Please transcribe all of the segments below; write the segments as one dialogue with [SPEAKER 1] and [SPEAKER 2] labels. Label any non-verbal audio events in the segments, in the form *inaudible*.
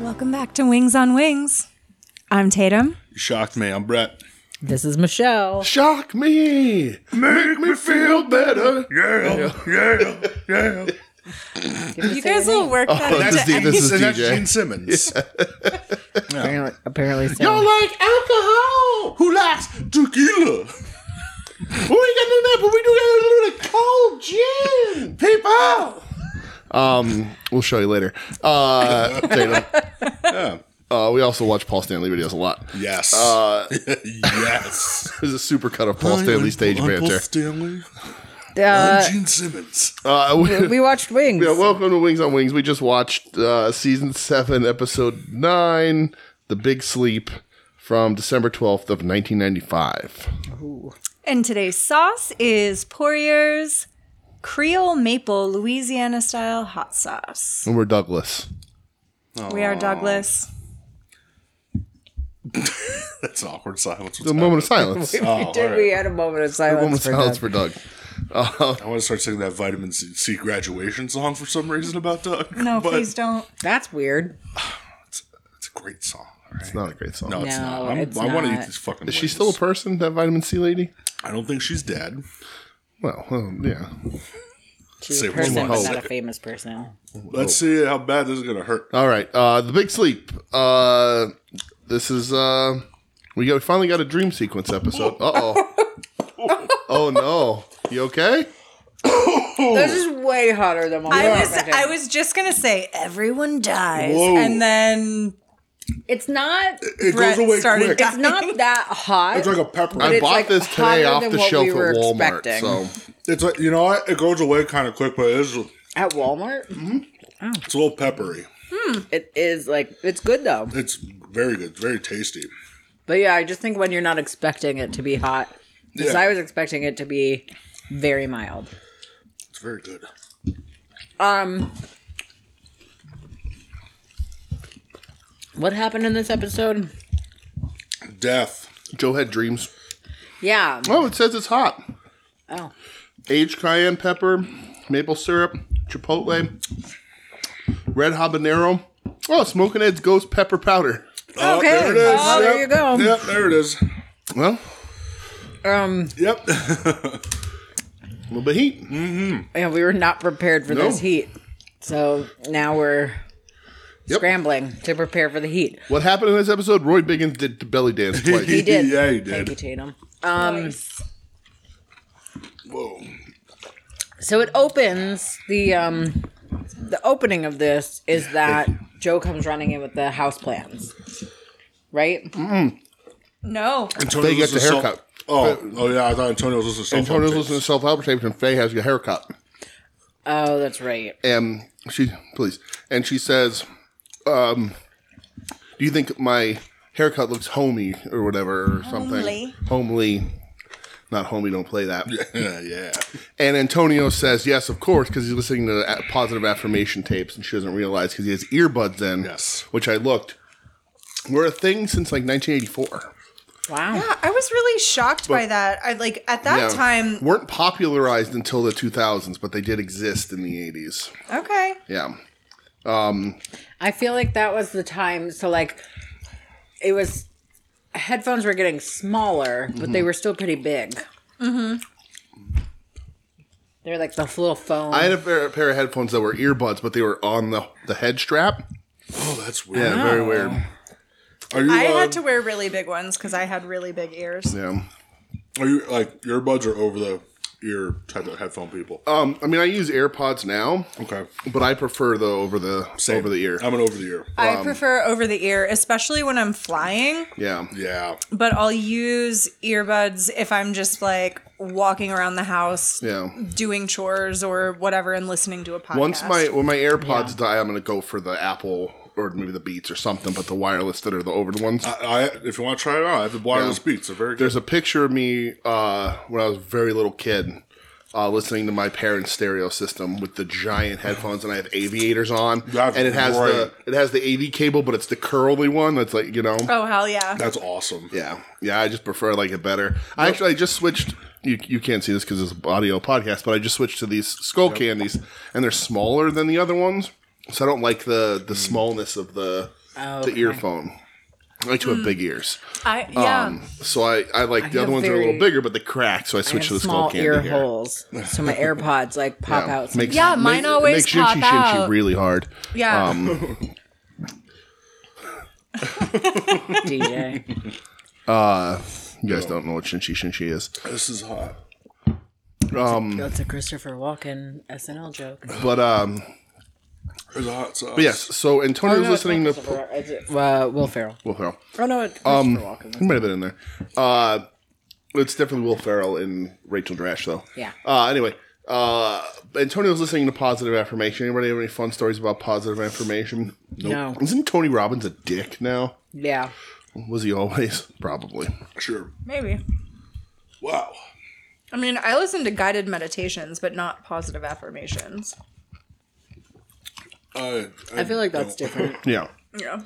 [SPEAKER 1] Welcome back to Wings on Wings. I'm Tatum.
[SPEAKER 2] You shocked me. I'm Brett.
[SPEAKER 3] This is Michelle.
[SPEAKER 4] Shock me. Make me feel better.
[SPEAKER 2] Yeah, yeah,
[SPEAKER 4] *laughs*
[SPEAKER 2] yeah.
[SPEAKER 1] You guys will work that
[SPEAKER 4] Oh,
[SPEAKER 1] into
[SPEAKER 4] this is- this is
[SPEAKER 2] and that's
[SPEAKER 4] DJ.
[SPEAKER 2] Gene Simmons.
[SPEAKER 3] Apparently, apparently so.
[SPEAKER 4] Y'all like alcohol?
[SPEAKER 2] Who likes tequila?
[SPEAKER 4] We ain't got do that, but we do got a little cold gin. People. Um, we'll show you later. Uh, Tatum. Uh, we also watch Paul Stanley videos a lot.
[SPEAKER 2] Yes.
[SPEAKER 4] Uh,
[SPEAKER 2] *laughs* yes.
[SPEAKER 4] There's a super cut of Paul Stanley stage
[SPEAKER 2] I'm Paul
[SPEAKER 4] banter.
[SPEAKER 2] Stanley.
[SPEAKER 3] Uh,
[SPEAKER 2] I'm Gene Simmons.
[SPEAKER 4] Uh, we-
[SPEAKER 3] we watched Wings.
[SPEAKER 4] *laughs* yeah, welcome to Wings on Wings. We just watched uh, season seven, episode nine, "The Big Sleep," from December twelfth of nineteen ninety five.
[SPEAKER 1] And today's sauce is Poirier's Creole Maple Louisiana style hot sauce.
[SPEAKER 4] And we're Douglas.
[SPEAKER 1] We are Douglas.
[SPEAKER 2] That's an awkward silence.
[SPEAKER 4] The moment of
[SPEAKER 3] *laughs*
[SPEAKER 4] silence.
[SPEAKER 3] we did. We had a moment of silence.
[SPEAKER 4] moment of
[SPEAKER 3] for
[SPEAKER 4] silence
[SPEAKER 3] Doug.
[SPEAKER 4] for Doug.
[SPEAKER 2] I want to start singing that Vitamin C, C graduation song for some reason about Doug.
[SPEAKER 1] No,
[SPEAKER 2] but
[SPEAKER 1] please don't.
[SPEAKER 3] That's weird.
[SPEAKER 2] It's a great song. all right?
[SPEAKER 4] It's not a great song.
[SPEAKER 2] No, it's
[SPEAKER 3] No,
[SPEAKER 2] not. I'm,
[SPEAKER 3] it's
[SPEAKER 2] I want to
[SPEAKER 3] not.
[SPEAKER 2] eat these fucking.
[SPEAKER 4] Is she still a person, that vitamin C lady?
[SPEAKER 2] I don't think she's dead.
[SPEAKER 4] Well, um, yeah.
[SPEAKER 3] She's
[SPEAKER 2] Say
[SPEAKER 3] a
[SPEAKER 2] what
[SPEAKER 3] person,
[SPEAKER 2] you
[SPEAKER 3] but
[SPEAKER 2] want.
[SPEAKER 3] not a famous person.
[SPEAKER 2] Let's
[SPEAKER 4] Oh.
[SPEAKER 2] see how bad this is gonna hurt.
[SPEAKER 4] All right. Uh, the Big Sleep. Uh, this is. Uh, we, got, we finally got a dream sequence episode. Uh oh. oh no. You okay?
[SPEAKER 3] This is way hotter than what we
[SPEAKER 1] I was *laughs*
[SPEAKER 3] expected.
[SPEAKER 1] I was just gonna say everyone dies,
[SPEAKER 2] Whoa.
[SPEAKER 1] and then
[SPEAKER 3] It's not.
[SPEAKER 2] It
[SPEAKER 1] Brett
[SPEAKER 2] goes away
[SPEAKER 1] started
[SPEAKER 2] quick.
[SPEAKER 1] dying.
[SPEAKER 3] It's not that hot.
[SPEAKER 2] It's like a pepper.
[SPEAKER 4] I
[SPEAKER 3] it's,
[SPEAKER 4] bought
[SPEAKER 3] like,
[SPEAKER 4] this today
[SPEAKER 3] hotter
[SPEAKER 4] off
[SPEAKER 3] than
[SPEAKER 4] the
[SPEAKER 3] what
[SPEAKER 4] shelf
[SPEAKER 3] we were
[SPEAKER 4] at Walmart.
[SPEAKER 3] expecting.
[SPEAKER 4] So
[SPEAKER 2] It's like you know what? It goes away kind of quick, but it's
[SPEAKER 3] At Walmart,
[SPEAKER 2] it's a little peppery.
[SPEAKER 3] it is like it's good though.
[SPEAKER 2] It's very good, very tasty.
[SPEAKER 3] But yeah, I just think when you're not expecting it to be hot, because
[SPEAKER 2] Yeah.
[SPEAKER 3] I was expecting it to be very mild.
[SPEAKER 2] It's very good.
[SPEAKER 3] Um, what happened in this episode?
[SPEAKER 2] Death.
[SPEAKER 4] Joe had dreams.
[SPEAKER 3] Yeah.
[SPEAKER 4] Oh, it says it's hot.
[SPEAKER 3] Oh,
[SPEAKER 4] Aged cayenne pepper, maple syrup, chipotle, red habanero. Oh, Smoking Ed's ghost pepper powder.
[SPEAKER 2] Oh,
[SPEAKER 3] Okay.
[SPEAKER 2] there it is.
[SPEAKER 3] Oh, there you go.
[SPEAKER 2] Yep, there it
[SPEAKER 4] *laughs*
[SPEAKER 2] is.
[SPEAKER 4] Well,
[SPEAKER 3] um,
[SPEAKER 2] Yep.
[SPEAKER 4] a little bit of heat.
[SPEAKER 3] yeah, we were not prepared for
[SPEAKER 4] No.
[SPEAKER 3] this heat, so now we're
[SPEAKER 4] Yep.
[SPEAKER 3] scrambling to prepare for the heat.
[SPEAKER 4] What happened in this episode? Roy Biggins did the belly dance twice.
[SPEAKER 3] He did.
[SPEAKER 2] Yeah, he
[SPEAKER 3] Thank
[SPEAKER 2] did.
[SPEAKER 3] you, Tatum. Um,
[SPEAKER 2] Whoa.
[SPEAKER 3] so it opens the um, the opening of this is that Joe comes running in with the house plans, right?
[SPEAKER 1] No.
[SPEAKER 2] Antonio
[SPEAKER 4] They get
[SPEAKER 2] listens
[SPEAKER 4] the
[SPEAKER 2] to
[SPEAKER 4] haircut.
[SPEAKER 2] self- oh, oh yeah. I thought Antonio was listening. to
[SPEAKER 4] Antonio's
[SPEAKER 2] self-help
[SPEAKER 4] listening to
[SPEAKER 2] tapes.
[SPEAKER 4] self help tapes, and Faye has a haircut.
[SPEAKER 3] Oh, that's right.
[SPEAKER 4] And she, please, and she says, um, "Do you think my haircut looks homey or whatever or something?
[SPEAKER 1] Homely.
[SPEAKER 4] Homely, not homey. Don't play that."
[SPEAKER 2] *laughs* Yeah, yeah.
[SPEAKER 4] And Antonio says, "Yes, of course," because he's listening to a- positive affirmation tapes, and she doesn't realize because he has earbuds in.
[SPEAKER 2] Yes.
[SPEAKER 4] which I looked. We're a thing since like 1984.
[SPEAKER 3] Wow.
[SPEAKER 1] Yeah, I was really shocked by that. I like at that
[SPEAKER 4] Yeah.
[SPEAKER 1] time.
[SPEAKER 4] weren't popularized until the 2000s, but they did exist in the 80s.
[SPEAKER 1] Okay.
[SPEAKER 4] Yeah. Um,
[SPEAKER 3] I feel like that was the time. So like, it was headphones were getting smaller, but they were still pretty big. Mm-hmm. They're like the little phone.
[SPEAKER 4] I had a pair, a pair of headphones that were earbuds, but they were on the, the head strap.
[SPEAKER 2] Oh, that's weird.
[SPEAKER 4] Yeah, very weird.
[SPEAKER 2] Are you?
[SPEAKER 1] I
[SPEAKER 2] uh,
[SPEAKER 1] had to wear really big ones because I had really big ears.
[SPEAKER 4] Yeah.
[SPEAKER 2] Are you like earbuds or over the ear type of headphone people?
[SPEAKER 4] Um, I mean, I use AirPods now,
[SPEAKER 2] okay.
[SPEAKER 4] but I prefer the over the
[SPEAKER 2] Same. Um,
[SPEAKER 4] over the ear.
[SPEAKER 2] I'm an over the ear.
[SPEAKER 4] Um,
[SPEAKER 1] I prefer over the ear, especially when I'm flying,
[SPEAKER 4] yeah.
[SPEAKER 2] yeah.
[SPEAKER 1] but I'll use earbuds if I'm just like walking around the house
[SPEAKER 4] Yeah.
[SPEAKER 1] doing chores or whatever and listening to a podcast.
[SPEAKER 4] Once my when my AirPods die, I'm gonna go for the Apple or maybe the Beats or something, but the wireless that are the over the ones.
[SPEAKER 2] I, if you want to try it out, I have the wireless beats. They're very good.
[SPEAKER 4] There's a picture of me uh, when I was a very little kid uh, listening to my parents' stereo system with the giant headphones, and I have aviators on,
[SPEAKER 2] That's
[SPEAKER 4] and it has
[SPEAKER 2] great.
[SPEAKER 4] the it has the AV cable, but it's the curly one that's like you know.
[SPEAKER 1] Oh hell yeah.
[SPEAKER 2] That's awesome.
[SPEAKER 4] Yeah, yeah, I just prefer like it better. I actually I just switched. You, you can't see this because it's an audio podcast, but I just switched to these skull
[SPEAKER 2] Mm.
[SPEAKER 4] candies, and they're smaller than the other ones, so I don't like the the smallness of the the earphone. I like to have big ears.
[SPEAKER 1] I yeah.
[SPEAKER 4] Um, so I, I like the other
[SPEAKER 3] have
[SPEAKER 4] ones are a little
[SPEAKER 3] very-
[SPEAKER 4] bigger, but they crack. So I
[SPEAKER 3] I
[SPEAKER 4] switch
[SPEAKER 3] have
[SPEAKER 4] to the
[SPEAKER 3] small
[SPEAKER 4] skull candy
[SPEAKER 3] ear
[SPEAKER 4] here.
[SPEAKER 3] holes, so
[SPEAKER 4] *laughs*
[SPEAKER 3] my AirPods like pop
[SPEAKER 4] Yeah,
[SPEAKER 3] out.
[SPEAKER 4] makes-
[SPEAKER 1] Yeah, mine
[SPEAKER 4] ma-
[SPEAKER 1] always
[SPEAKER 4] makes Shinchi
[SPEAKER 1] pop
[SPEAKER 4] Shinchi
[SPEAKER 1] out.
[SPEAKER 4] really hard.
[SPEAKER 1] yeah.
[SPEAKER 4] um, *laughs*
[SPEAKER 3] DJ.
[SPEAKER 4] You guys don't know what Shinchi Shinchi is,
[SPEAKER 2] This is hot.
[SPEAKER 4] Mm.
[SPEAKER 3] That's a Christopher Walken SNL joke.
[SPEAKER 4] but um,
[SPEAKER 2] There's a hot sauce.
[SPEAKER 4] but yes. So Antonio was listening to
[SPEAKER 3] uh, Will Ferrell.
[SPEAKER 4] Will Ferrell. Mm,
[SPEAKER 3] Oh no, it's Christopher
[SPEAKER 4] Um,
[SPEAKER 3] Walken.
[SPEAKER 4] He might have been in there. Uh, it's definitely Will Ferrell and Rachel Drash though.
[SPEAKER 3] Yeah.
[SPEAKER 4] Uh, anyway, uh, Antonio was listening to positive affirmation. Anybody have any fun stories about positive affirmation?
[SPEAKER 3] No.
[SPEAKER 4] Isn't Tony Robbins a dick now?
[SPEAKER 3] Yeah.
[SPEAKER 4] Was he always? *laughs* Probably.
[SPEAKER 2] Sure.
[SPEAKER 1] Maybe.
[SPEAKER 2] Wow.
[SPEAKER 1] I mean, I listen to guided meditations, but not positive affirmations.
[SPEAKER 2] I,
[SPEAKER 3] I feel like that's different.
[SPEAKER 4] Yeah.
[SPEAKER 1] Yeah.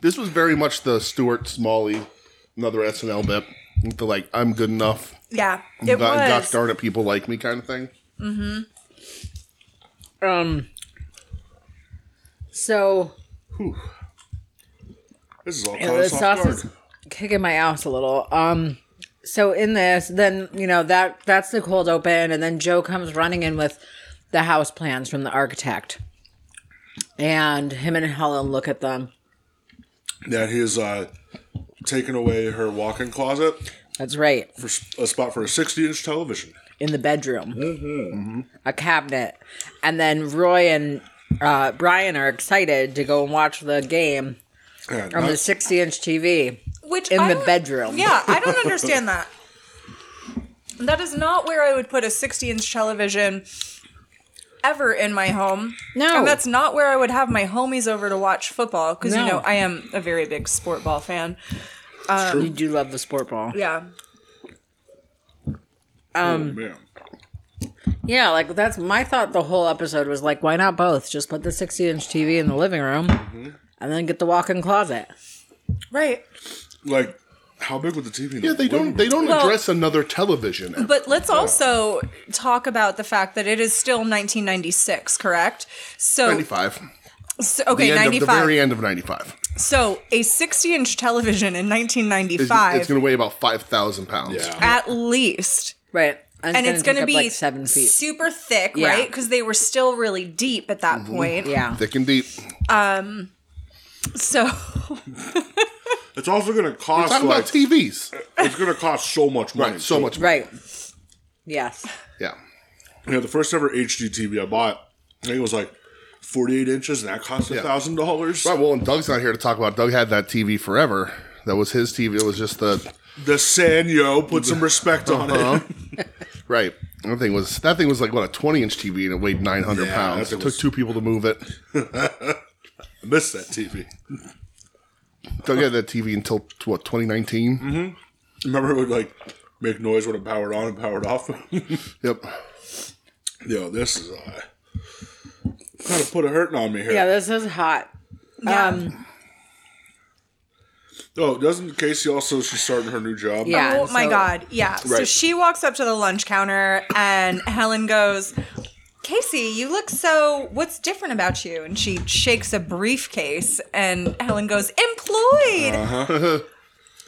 [SPEAKER 4] This was very much the Stuart Smalley, another SNL bit. with The like, I'm good enough.
[SPEAKER 1] Yeah. It
[SPEAKER 4] God, God
[SPEAKER 1] was.
[SPEAKER 4] darn it, people like me kind of thing.
[SPEAKER 3] Um. So
[SPEAKER 2] This is all
[SPEAKER 3] Yeah,
[SPEAKER 2] caught
[SPEAKER 3] the
[SPEAKER 2] us off
[SPEAKER 3] sauce is
[SPEAKER 2] guard.
[SPEAKER 3] kicking my ass a little. Um, so in this, then you know that that's the cold open, and then Joe comes running in with the house plans from the architect, and him and Helen look at them.
[SPEAKER 2] That he's uh, taken away her walk-in closet
[SPEAKER 3] That's right,
[SPEAKER 2] for s- a spot for a 60-inch television.
[SPEAKER 3] in the bedroom, a cabinet, and then Roy and uh, Brian are excited to go and watch the game
[SPEAKER 2] And
[SPEAKER 3] on
[SPEAKER 2] not-
[SPEAKER 3] the sixty-inch TV.
[SPEAKER 1] Which
[SPEAKER 3] in
[SPEAKER 1] I
[SPEAKER 3] the
[SPEAKER 1] don't-
[SPEAKER 3] bedroom.
[SPEAKER 1] Yeah, I
[SPEAKER 3] *laughs*
[SPEAKER 1] don't understand that. That is not where I would put a 60 inch television ever in my home.
[SPEAKER 3] No.
[SPEAKER 1] And that's not where I would have my homies over to watch football because,
[SPEAKER 3] No.
[SPEAKER 1] you know, I am a very big sport ball fan.
[SPEAKER 3] you do love the sport ball.
[SPEAKER 1] Yeah.
[SPEAKER 3] um,
[SPEAKER 2] oh, man.
[SPEAKER 3] Yeah, like that's my thought. The whole episode was like, why not both? Just put the 60 inch TV in the living room
[SPEAKER 4] Mm-hmm.
[SPEAKER 3] and then get the walk in closet.
[SPEAKER 1] Right.
[SPEAKER 2] Like, how big would the TV?
[SPEAKER 4] Yeah, they don't. They don't
[SPEAKER 1] Well-
[SPEAKER 4] address another television. ever.
[SPEAKER 1] But let's also talk about the fact that it is still 1996, correct? So,
[SPEAKER 4] Ninety-five.
[SPEAKER 1] so
[SPEAKER 4] The
[SPEAKER 1] okay,
[SPEAKER 4] end of the
[SPEAKER 1] 95.
[SPEAKER 4] very end of ninety-five.
[SPEAKER 1] so, a 60 inch television in
[SPEAKER 4] It's,
[SPEAKER 1] 1995,
[SPEAKER 4] it's going to weigh about five thousand pounds.
[SPEAKER 2] Yeah.
[SPEAKER 1] at least.
[SPEAKER 3] Right.
[SPEAKER 1] and it's going to
[SPEAKER 3] take up,
[SPEAKER 1] be
[SPEAKER 3] like seven feet.
[SPEAKER 1] super thick,
[SPEAKER 3] Yeah. Mm-hmm.
[SPEAKER 1] right? Because they were still really deep at that point.
[SPEAKER 3] yeah.
[SPEAKER 4] Thick and deep.
[SPEAKER 1] *laughs* So
[SPEAKER 3] Um,
[SPEAKER 2] It's also going to cost
[SPEAKER 4] Talking
[SPEAKER 2] like
[SPEAKER 4] about TVs.
[SPEAKER 2] it's going to cost so much money.
[SPEAKER 4] Right. So much.
[SPEAKER 3] Right. Yes.
[SPEAKER 4] Yeah.
[SPEAKER 2] Yeah, the first ever HD TV I bought, I think it was like 48 inches, and that cost a thousand dollars.
[SPEAKER 4] Right. Well, and Doug's not here to talk about. it. Doug had that TV forever. That was his TV. It was just the
[SPEAKER 2] The Sanyo put some respect on it. *laughs*
[SPEAKER 4] right. That thing was that thing was like what a twenty-inch TV and it weighed nine hundred
[SPEAKER 2] Yeah, that
[SPEAKER 4] pounds.
[SPEAKER 2] thing
[SPEAKER 4] It
[SPEAKER 2] was-
[SPEAKER 4] took two people to move it.
[SPEAKER 2] I missed that TV.
[SPEAKER 4] Doug had that TV until what twenty
[SPEAKER 2] Remember, it would like make noise when it powered on and powered off. *laughs*
[SPEAKER 4] Yep.
[SPEAKER 2] Yo, this is uh, kind of put a hurting on me here.
[SPEAKER 3] Yeah, this is hot. Um,
[SPEAKER 2] oh, doesn't Casey also? She's starting her new job.
[SPEAKER 3] Yeah.
[SPEAKER 1] oh my
[SPEAKER 3] so-
[SPEAKER 1] god, yeah. So she walks up to the lunch counter and Helen goes, "Casey, you look so what's different about you?" And she shakes a briefcase and Helen goes, "Employed."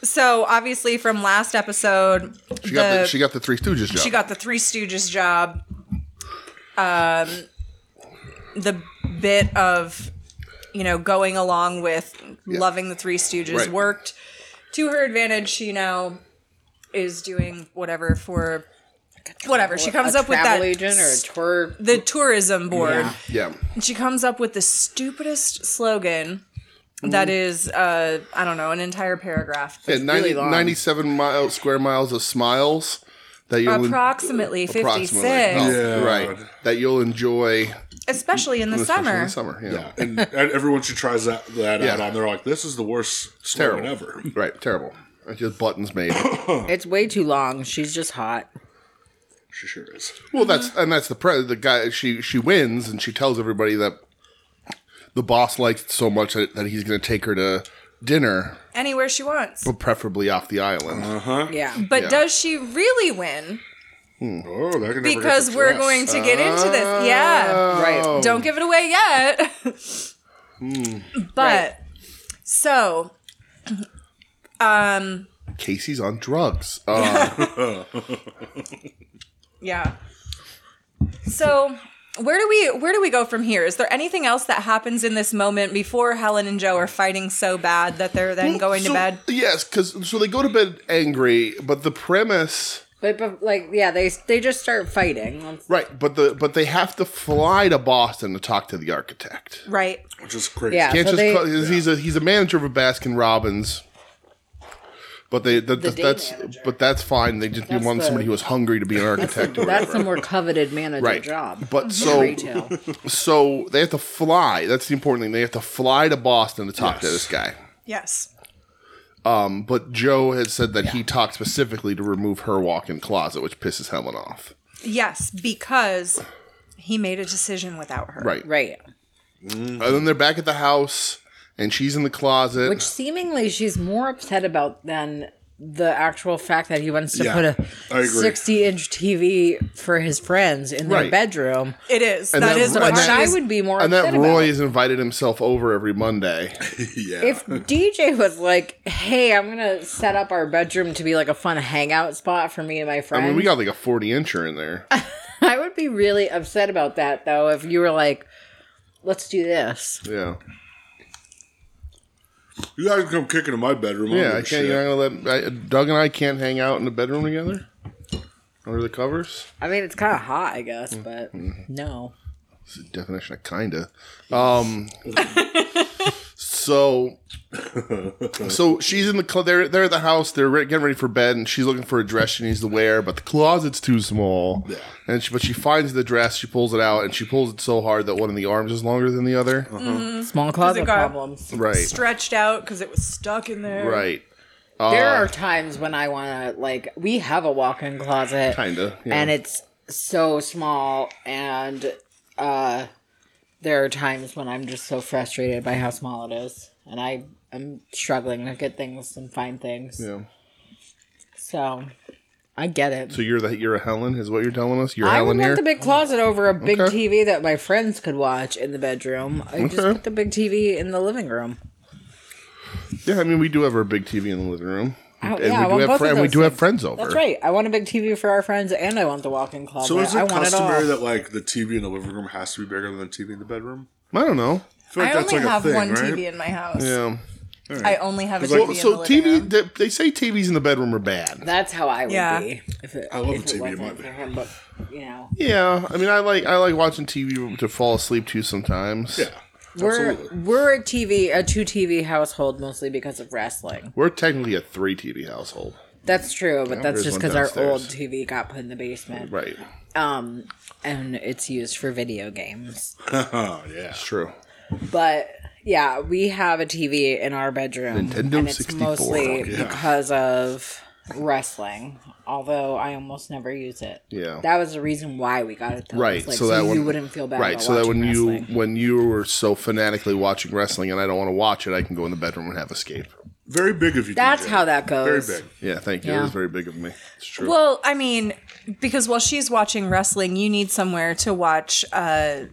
[SPEAKER 1] so obviously from last episode,
[SPEAKER 4] She got the, she got the Three Stooges job.
[SPEAKER 1] She got the Three Stooges job. Um, the bit of, you know, going along with loving the Three Stooges
[SPEAKER 4] Right.
[SPEAKER 1] worked to her advantage. She now is doing whatever for whatever. She comes
[SPEAKER 3] a
[SPEAKER 1] up with
[SPEAKER 3] travel
[SPEAKER 1] that
[SPEAKER 3] agent or a tour.
[SPEAKER 1] the tourism board.
[SPEAKER 3] Yeah.
[SPEAKER 4] yeah.
[SPEAKER 1] And she comes up with the stupidest slogan. That is, uh, I don't know, an entire paragraph.
[SPEAKER 4] Yeah, 90,
[SPEAKER 3] long.
[SPEAKER 4] 97 mile, square miles of smiles that you'll en-
[SPEAKER 1] Approximately 56,
[SPEAKER 4] approximately.
[SPEAKER 2] Yeah.
[SPEAKER 4] Oh, right that you'll enjoy
[SPEAKER 1] especially in the
[SPEAKER 4] especially in
[SPEAKER 1] summer.
[SPEAKER 4] the summer. Yeah.
[SPEAKER 2] Yeah, and and everyone she tries that that
[SPEAKER 4] Yeah.
[SPEAKER 2] out on, they're like, "This is the worst slogan
[SPEAKER 4] Terrible.
[SPEAKER 2] ever." *laughs*
[SPEAKER 4] Right. Terrible. It's just buttons made.
[SPEAKER 3] It's way too long. She's just hot.
[SPEAKER 2] She sure is.
[SPEAKER 4] well, that's and that's the pre- the guy she she wins and she tells everybody that the boss likes it so much that, that he's going to take her to dinner,
[SPEAKER 1] Anywhere she wants.
[SPEAKER 4] but preferably off the island.
[SPEAKER 3] Yeah.
[SPEAKER 1] But does she really win?
[SPEAKER 2] Oh, that can never get
[SPEAKER 1] Because we're
[SPEAKER 2] addressed.
[SPEAKER 1] going to get into this. Yeah.
[SPEAKER 3] Right.
[SPEAKER 1] Don't give it away yet. but So, um,
[SPEAKER 4] Casey's on drugs. Uh,
[SPEAKER 1] yeah. So, where do we where do we go from here? Is there anything else that happens in this moment before Helen and Joe are fighting so bad that they're then going
[SPEAKER 4] so-
[SPEAKER 1] to bed?
[SPEAKER 4] Yes, because so they go to bed angry, but the premise.
[SPEAKER 3] But, but like, yeah, they they just start fighting. That's-
[SPEAKER 4] Right, but the but they have to fly to Boston to talk to the architect.
[SPEAKER 1] Right.
[SPEAKER 2] Which is crazy.
[SPEAKER 3] Yeah.
[SPEAKER 4] Can't
[SPEAKER 3] so
[SPEAKER 4] just
[SPEAKER 3] they-
[SPEAKER 4] call- he's a he's a manager of a Baskin Robbins. But they that,
[SPEAKER 3] The
[SPEAKER 4] that-
[SPEAKER 3] day
[SPEAKER 4] that's
[SPEAKER 3] manager.
[SPEAKER 4] but that's fine. They just they
[SPEAKER 3] That's
[SPEAKER 4] wanted
[SPEAKER 3] the-
[SPEAKER 4] somebody who was hungry to be
[SPEAKER 3] *laughs*
[SPEAKER 4] an architect. or
[SPEAKER 3] That's
[SPEAKER 4] whatever.
[SPEAKER 3] the more coveted manager
[SPEAKER 4] right
[SPEAKER 3] job.
[SPEAKER 4] But so
[SPEAKER 3] Retail.
[SPEAKER 4] so they have to fly. That's the important thing. They have to fly to Boston to talk to
[SPEAKER 2] Yes.
[SPEAKER 4] this guy.
[SPEAKER 1] Yes.
[SPEAKER 4] Um, but Joe has said that he talked specifically to remove her walk-in closet, which pisses Helen off.
[SPEAKER 1] Yes, because he made a decision without her.
[SPEAKER 4] Right.
[SPEAKER 3] right.
[SPEAKER 4] And then they're back at the house, and she's in the closet.
[SPEAKER 3] Which seemingly she's more upset about than the actual fact that he wants to
[SPEAKER 2] Yeah, I
[SPEAKER 3] put a
[SPEAKER 2] agree.
[SPEAKER 3] 60 inch TV for his friends in their
[SPEAKER 4] Right.
[SPEAKER 3] bedroom.
[SPEAKER 1] It is.
[SPEAKER 4] And
[SPEAKER 1] that
[SPEAKER 4] that-
[SPEAKER 1] is
[SPEAKER 4] and
[SPEAKER 1] what
[SPEAKER 3] Which
[SPEAKER 4] that-
[SPEAKER 1] I
[SPEAKER 3] I
[SPEAKER 1] would.
[SPEAKER 3] would be more
[SPEAKER 4] and
[SPEAKER 3] upset
[SPEAKER 4] that Roy
[SPEAKER 3] about.
[SPEAKER 4] has invited himself over every Monday.
[SPEAKER 2] *laughs* Yeah.
[SPEAKER 3] if DJ was like, "Hey, I'm gonna set up our bedroom to be like a fun hangout spot for me and my
[SPEAKER 4] I
[SPEAKER 3] friends," I,
[SPEAKER 4] mean, we got like a forty incher
[SPEAKER 3] *laughs*
[SPEAKER 4] in there.
[SPEAKER 3] would be really upset about that though. If you were like, "Let's do this,"
[SPEAKER 4] Yeah,
[SPEAKER 2] you guys come kicking in my bedroom.
[SPEAKER 4] yeah.
[SPEAKER 2] Yeah,
[SPEAKER 4] I can't. You're not gonna let I, Doug and I can't hang out in the bedroom together under the covers.
[SPEAKER 3] I mean, it's kind of hot, I guess, but
[SPEAKER 4] Mm-hmm.
[SPEAKER 3] no.
[SPEAKER 4] It's the definition of kinda. Um, *laughs* so, so she's in the cl- they're they're at the house. They're re- getting ready for bed, and she's looking for a dress she needs to wear, but the closet's too small.
[SPEAKER 2] Yeah.
[SPEAKER 4] And she, but she finds the dress, she pulls it out, and she pulls it so hard that one of the arms is longer than the other.
[SPEAKER 3] Mm, Small closet
[SPEAKER 1] it got-
[SPEAKER 3] problems.
[SPEAKER 4] Right.
[SPEAKER 1] Stretched out because it was stuck in there.
[SPEAKER 4] Right.
[SPEAKER 3] There are times when I want to like we have a walk-in closet,
[SPEAKER 4] Kinda. yeah.
[SPEAKER 3] and it's so small, and uh, there are times when I'm just so frustrated by how small it is, and I am struggling to get things and find things.
[SPEAKER 4] Yeah.
[SPEAKER 3] So I get it.
[SPEAKER 4] So you're the you're a Helen is what you're telling us. You're
[SPEAKER 3] I would
[SPEAKER 4] Helen
[SPEAKER 3] want
[SPEAKER 4] here.
[SPEAKER 3] the big closet over a big
[SPEAKER 4] Okay.
[SPEAKER 3] TV that my friends could watch in the bedroom. I just
[SPEAKER 4] Okay.
[SPEAKER 3] put the big TV in the living room.
[SPEAKER 4] yeah, I mean we do have our big TV in the living room,
[SPEAKER 3] Oh,
[SPEAKER 4] and
[SPEAKER 3] yeah, I
[SPEAKER 4] we do
[SPEAKER 3] want
[SPEAKER 4] have
[SPEAKER 3] both of
[SPEAKER 4] friends. We
[SPEAKER 3] those
[SPEAKER 4] do have
[SPEAKER 3] things.
[SPEAKER 4] friends over.
[SPEAKER 3] That's right. I want a big TV for our friends, and I want the walk-in closet.
[SPEAKER 2] So is
[SPEAKER 3] I
[SPEAKER 2] it
[SPEAKER 3] want it all.
[SPEAKER 2] customary that like the TV in the living room has to be bigger than the TV in the bedroom?
[SPEAKER 4] I don't know.
[SPEAKER 2] feel
[SPEAKER 1] I only have one
[SPEAKER 2] right?
[SPEAKER 1] TV in my house.
[SPEAKER 4] Yeah.
[SPEAKER 1] I only have a TV
[SPEAKER 4] Well,
[SPEAKER 1] in
[SPEAKER 4] so
[SPEAKER 1] the living
[SPEAKER 4] TV
[SPEAKER 1] room.
[SPEAKER 4] they, they say TVs in the bedroom are bad.
[SPEAKER 3] That's how I would
[SPEAKER 1] Yeah.
[SPEAKER 3] be. If it,
[SPEAKER 2] I love
[SPEAKER 3] if
[SPEAKER 2] the TV
[SPEAKER 3] it
[SPEAKER 2] in my
[SPEAKER 3] wasn't for
[SPEAKER 2] bed.
[SPEAKER 3] him, but you know,
[SPEAKER 4] Yeah, I mean I like I like watching TV to fall asleep to sometimes.
[SPEAKER 2] Yeah.
[SPEAKER 3] we're *laughs*
[SPEAKER 2] Absolutely.
[SPEAKER 3] we're a TV a two TV household mostly because of wrestling.
[SPEAKER 4] We're technically a three TV household.
[SPEAKER 3] That's true, but that's
[SPEAKER 4] there's
[SPEAKER 3] just
[SPEAKER 4] one
[SPEAKER 3] because our
[SPEAKER 4] downstairs.
[SPEAKER 3] old TV got put in the basement,
[SPEAKER 4] Right.
[SPEAKER 3] um, and it's used for video games.
[SPEAKER 2] oh yeah.
[SPEAKER 4] It's true.
[SPEAKER 3] But yeah, we have a TV in our bedroom,
[SPEAKER 4] Nintendo
[SPEAKER 3] and it's
[SPEAKER 4] 64.
[SPEAKER 3] mostly
[SPEAKER 4] Yeah.
[SPEAKER 3] because of wrestling. Although I almost never use it.
[SPEAKER 4] Yeah.
[SPEAKER 3] that was the reason why we got it. Though.
[SPEAKER 4] Right.
[SPEAKER 3] It's like,
[SPEAKER 4] so that when,
[SPEAKER 3] you wouldn't feel bad.
[SPEAKER 4] Right.
[SPEAKER 3] about
[SPEAKER 4] so that when
[SPEAKER 3] watching wrestling.
[SPEAKER 4] you when you were so fanatically watching wrestling and I don't want to watch it, I can go in the bedroom and have escape.
[SPEAKER 2] Very big of you.
[SPEAKER 3] That's
[SPEAKER 2] DJ.
[SPEAKER 3] how that
[SPEAKER 2] Very
[SPEAKER 3] goes.
[SPEAKER 2] big.
[SPEAKER 4] Yeah, thank you. It
[SPEAKER 3] Yeah.
[SPEAKER 4] was very big of me. It's true.
[SPEAKER 1] Well, I mean, because while she's watching wrestling, you need somewhere to watch uh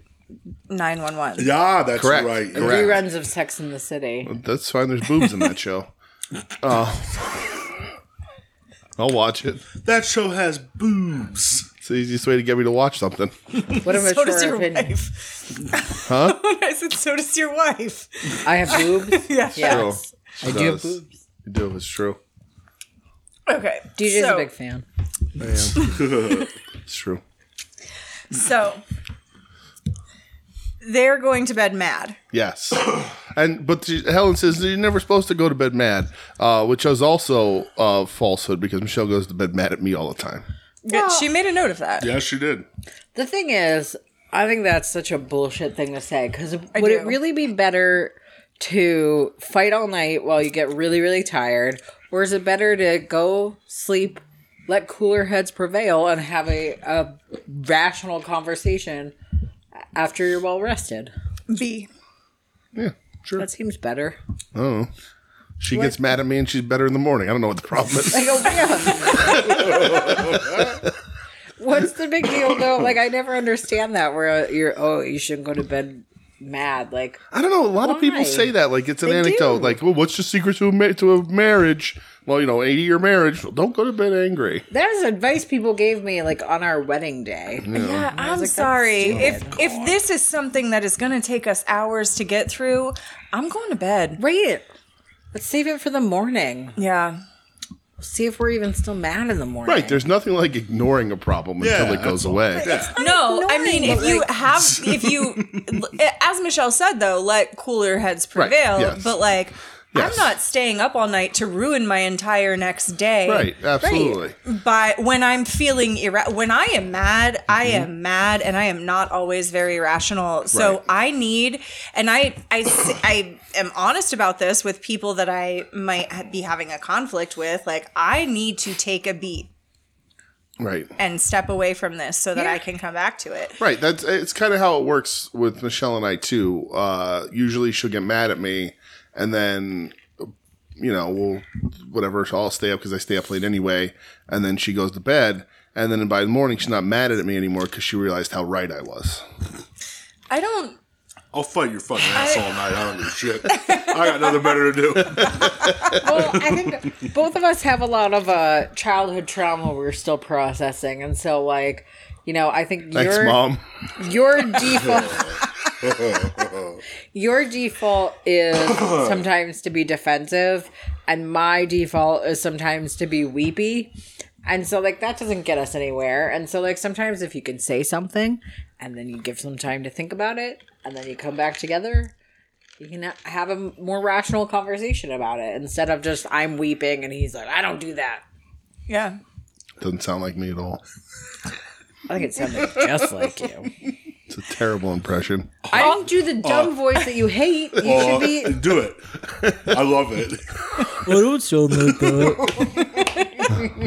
[SPEAKER 1] 911.
[SPEAKER 2] Yeah, that's
[SPEAKER 4] Correct.
[SPEAKER 2] right.
[SPEAKER 4] Correct.
[SPEAKER 3] Reruns of Sex in the City.
[SPEAKER 4] That's fine. There's boobs in that show. *laughs* Oh. I'll watch it.
[SPEAKER 2] That show has boobs.
[SPEAKER 4] It's the easiest way to get me to watch something.
[SPEAKER 3] What a mature
[SPEAKER 1] So does your
[SPEAKER 3] opinion.
[SPEAKER 1] wife. Huh? *laughs* I said, so does your wife.
[SPEAKER 3] I have
[SPEAKER 1] *laughs*
[SPEAKER 3] boobs.
[SPEAKER 1] Yeah.
[SPEAKER 3] yes.
[SPEAKER 4] I
[SPEAKER 3] do have boobs.
[SPEAKER 4] You do. It's true.
[SPEAKER 1] Okay.
[SPEAKER 3] DJ's
[SPEAKER 1] so,
[SPEAKER 3] a big fan.
[SPEAKER 4] I am. it's true.
[SPEAKER 1] So they're going to bed mad.
[SPEAKER 4] Yes. *coughs* And but she- Helen says you're never supposed to go to bed mad, uh, which is also a falsehood because Michelle goes to bed mad at me all the time.
[SPEAKER 1] she made a note of that.
[SPEAKER 2] Yes, she did.
[SPEAKER 3] The thing is, I think that's such a bullshit thing to say because would it
[SPEAKER 1] do.
[SPEAKER 3] really be better to fight all night while you get really, really tired? Or is it better to go sleep, let cooler heads prevail, and have a, a rational conversation after you're well rested?
[SPEAKER 1] B.
[SPEAKER 4] Yeah, sure.
[SPEAKER 3] That seems better.
[SPEAKER 4] I don't know. She gets mad at me and she's better in the morning. I don't know what the problem
[SPEAKER 3] *laughs*
[SPEAKER 4] is.
[SPEAKER 3] Like, oh, yeah. *laughs* What's the big deal though? Like I never understand that where you're oh you shouldn't go to bed mad. Like,
[SPEAKER 4] I don't know. A lot of people
[SPEAKER 3] Why?
[SPEAKER 4] say that like it's an
[SPEAKER 3] They
[SPEAKER 4] anecdote.
[SPEAKER 3] do.
[SPEAKER 4] Like, well, what's the secret to a ma- to a marriage? Well, you know, eighty year marriage. Well, don't go to bed angry.
[SPEAKER 3] there's advice people gave me, like, on our wedding day.
[SPEAKER 1] Yeah, I'm sorry. If if this is something that is going to take us hours to get through, I'm going to bed.
[SPEAKER 3] Right. Let's save it for the morning.
[SPEAKER 1] Yeah.
[SPEAKER 3] See if we're even still mad in the morning.
[SPEAKER 4] Right? There's nothing like ignoring a problem
[SPEAKER 2] Yeah,
[SPEAKER 4] until it goes
[SPEAKER 2] that's all.
[SPEAKER 4] away.
[SPEAKER 1] No, I mean
[SPEAKER 3] annoying,
[SPEAKER 1] if
[SPEAKER 3] but
[SPEAKER 1] you
[SPEAKER 3] like-
[SPEAKER 4] *laughs*
[SPEAKER 1] have if you as Michelle said though, let cooler heads prevail,
[SPEAKER 4] yes.
[SPEAKER 1] but like
[SPEAKER 4] Yes.
[SPEAKER 1] I'm not staying up all night to ruin my entire next day.
[SPEAKER 4] Right? Absolutely.
[SPEAKER 1] But when I'm feeling ira- when I am mad, I
[SPEAKER 4] Mm-hmm.
[SPEAKER 1] am mad, and I am not always very rational. So
[SPEAKER 4] Right.
[SPEAKER 1] I need, and I, I s- I am honest about this with people that I might ha- be having a conflict with. Like I need to take a beat
[SPEAKER 4] Right.
[SPEAKER 1] and step away from this so that
[SPEAKER 3] Yeah.
[SPEAKER 1] I can come back to it.
[SPEAKER 4] Right. That's it's kind of how it works with Michelle and I too. Uh, usually she'll get mad at me, and then you know we'll whatever. I'll stay up because I stay up late anyway, and then she goes to bed, and then by the morning she's not mad at me anymore because she realized how right I was.
[SPEAKER 1] I don't.
[SPEAKER 2] I'll fight your fucking ass all night. I don't give a shit. I got nothing better to
[SPEAKER 4] *laughs*
[SPEAKER 2] do.
[SPEAKER 3] well, I think both of us have a lot of uh, childhood trauma we're still processing, and so like, you know, I think
[SPEAKER 4] Thanks,
[SPEAKER 3] your
[SPEAKER 4] mom. *laughs*
[SPEAKER 3] your default your default is sometimes to be defensive, and my default is sometimes to be weepy, and so like that doesn't get us anywhere. And so like sometimes if you can say something, and then you give some time to think about it, and then you come back together, you can ha- have a m- more rational conversation about it instead of just I'm weeping and he's like I don't do that.
[SPEAKER 1] Yeah.
[SPEAKER 4] Doesn't sound like me at all.
[SPEAKER 3] I think it sounded just like you.
[SPEAKER 4] It's a terrible impression.
[SPEAKER 3] I don't do the dumb voice that you hate. You should be.
[SPEAKER 2] do it. I love it.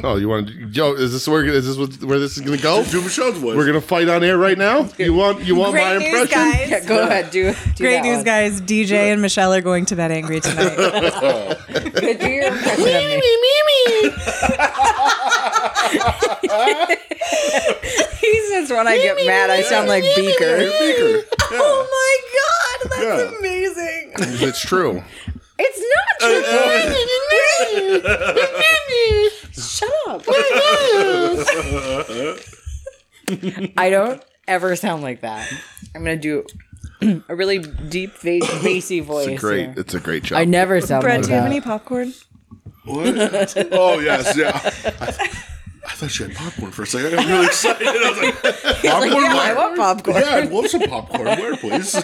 [SPEAKER 4] Oh, you want to? Yo, is this where is this what- where this is gonna go?
[SPEAKER 2] Do Michelle's voice.
[SPEAKER 4] We're gonna fight on air right now. You want you want my
[SPEAKER 1] Great news,
[SPEAKER 4] impression?
[SPEAKER 1] guys.
[SPEAKER 3] Yeah, *laughs* go ahead. Do, do
[SPEAKER 1] Great
[SPEAKER 3] that
[SPEAKER 1] news,
[SPEAKER 3] one.
[SPEAKER 1] guys. DJ and Michelle are going to bed *laughs* angry tonight.
[SPEAKER 3] Good, do
[SPEAKER 1] *laughs*
[SPEAKER 3] your impression of me. *laughs* He says when I get mad, I sound like Beaker.
[SPEAKER 2] Baker.
[SPEAKER 1] *laughs*
[SPEAKER 2] Yeah.
[SPEAKER 1] oh my God. That's
[SPEAKER 2] Yeah.
[SPEAKER 1] amazing.
[SPEAKER 4] It's true. Uh,
[SPEAKER 3] It's
[SPEAKER 4] *laughs*
[SPEAKER 3] not true. Shut up. I don't ever sound like that. I'm gonna do a really deep,
[SPEAKER 4] *coughs*
[SPEAKER 3] bass- bassy voice.
[SPEAKER 4] It's a great.
[SPEAKER 3] here.
[SPEAKER 4] It's a great job.
[SPEAKER 3] I never sound
[SPEAKER 1] Brett,
[SPEAKER 3] like
[SPEAKER 1] do you have
[SPEAKER 3] that.
[SPEAKER 1] any popcorn?
[SPEAKER 2] What? Oh yes, yeah. I, I thought you had popcorn for a second. I got really excited. I was like,
[SPEAKER 1] *laughs*
[SPEAKER 2] popcorn.
[SPEAKER 3] yeah, I
[SPEAKER 2] where?
[SPEAKER 3] want popcorn.
[SPEAKER 2] Yeah, I'd love some popcorn. Where, *laughs* please?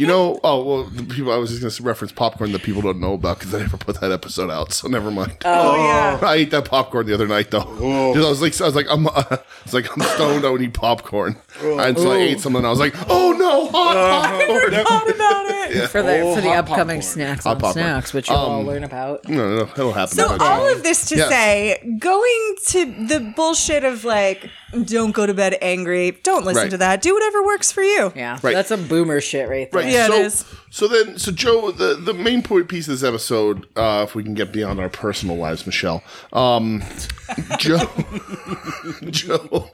[SPEAKER 4] You know, oh well, the people. I was just going to reference popcorn that people don't know about because I never put that episode out, so never mind.
[SPEAKER 1] Oh, yeah.
[SPEAKER 4] *laughs* I ate that popcorn the other night though.
[SPEAKER 2] Oh.
[SPEAKER 4] 'Cause I was like, I was like, I'm, *laughs* uh, it's like I'm stoned. I would eat popcorn, and so I ate some, and I was like, oh no, hot popcorn.
[SPEAKER 1] Thought about *laughs* it.
[SPEAKER 3] for the
[SPEAKER 2] Oh,
[SPEAKER 3] for the
[SPEAKER 2] hot
[SPEAKER 3] upcoming
[SPEAKER 2] popcorn.
[SPEAKER 3] snacks
[SPEAKER 4] Hot
[SPEAKER 3] on
[SPEAKER 4] popcorn. Um,
[SPEAKER 3] snacks, which you'll all learn about.
[SPEAKER 4] *laughs* No, no, no, it'll happen.
[SPEAKER 1] So
[SPEAKER 4] eventually.
[SPEAKER 1] all of this to
[SPEAKER 4] Yes.
[SPEAKER 1] say, going to the bullshit of like, don't go to bed angry, don't listen
[SPEAKER 4] Right.
[SPEAKER 1] to that, do whatever works for you.
[SPEAKER 3] Yeah,
[SPEAKER 4] Right.
[SPEAKER 3] that's some boomer shit right there.
[SPEAKER 4] Right.
[SPEAKER 1] Yeah, it
[SPEAKER 4] so,
[SPEAKER 1] is.
[SPEAKER 4] So then, so Joe, the, the main point piece of this episode, uh, if we can get beyond our personal lives, Michelle, um, *laughs* Joe, *laughs* Joe,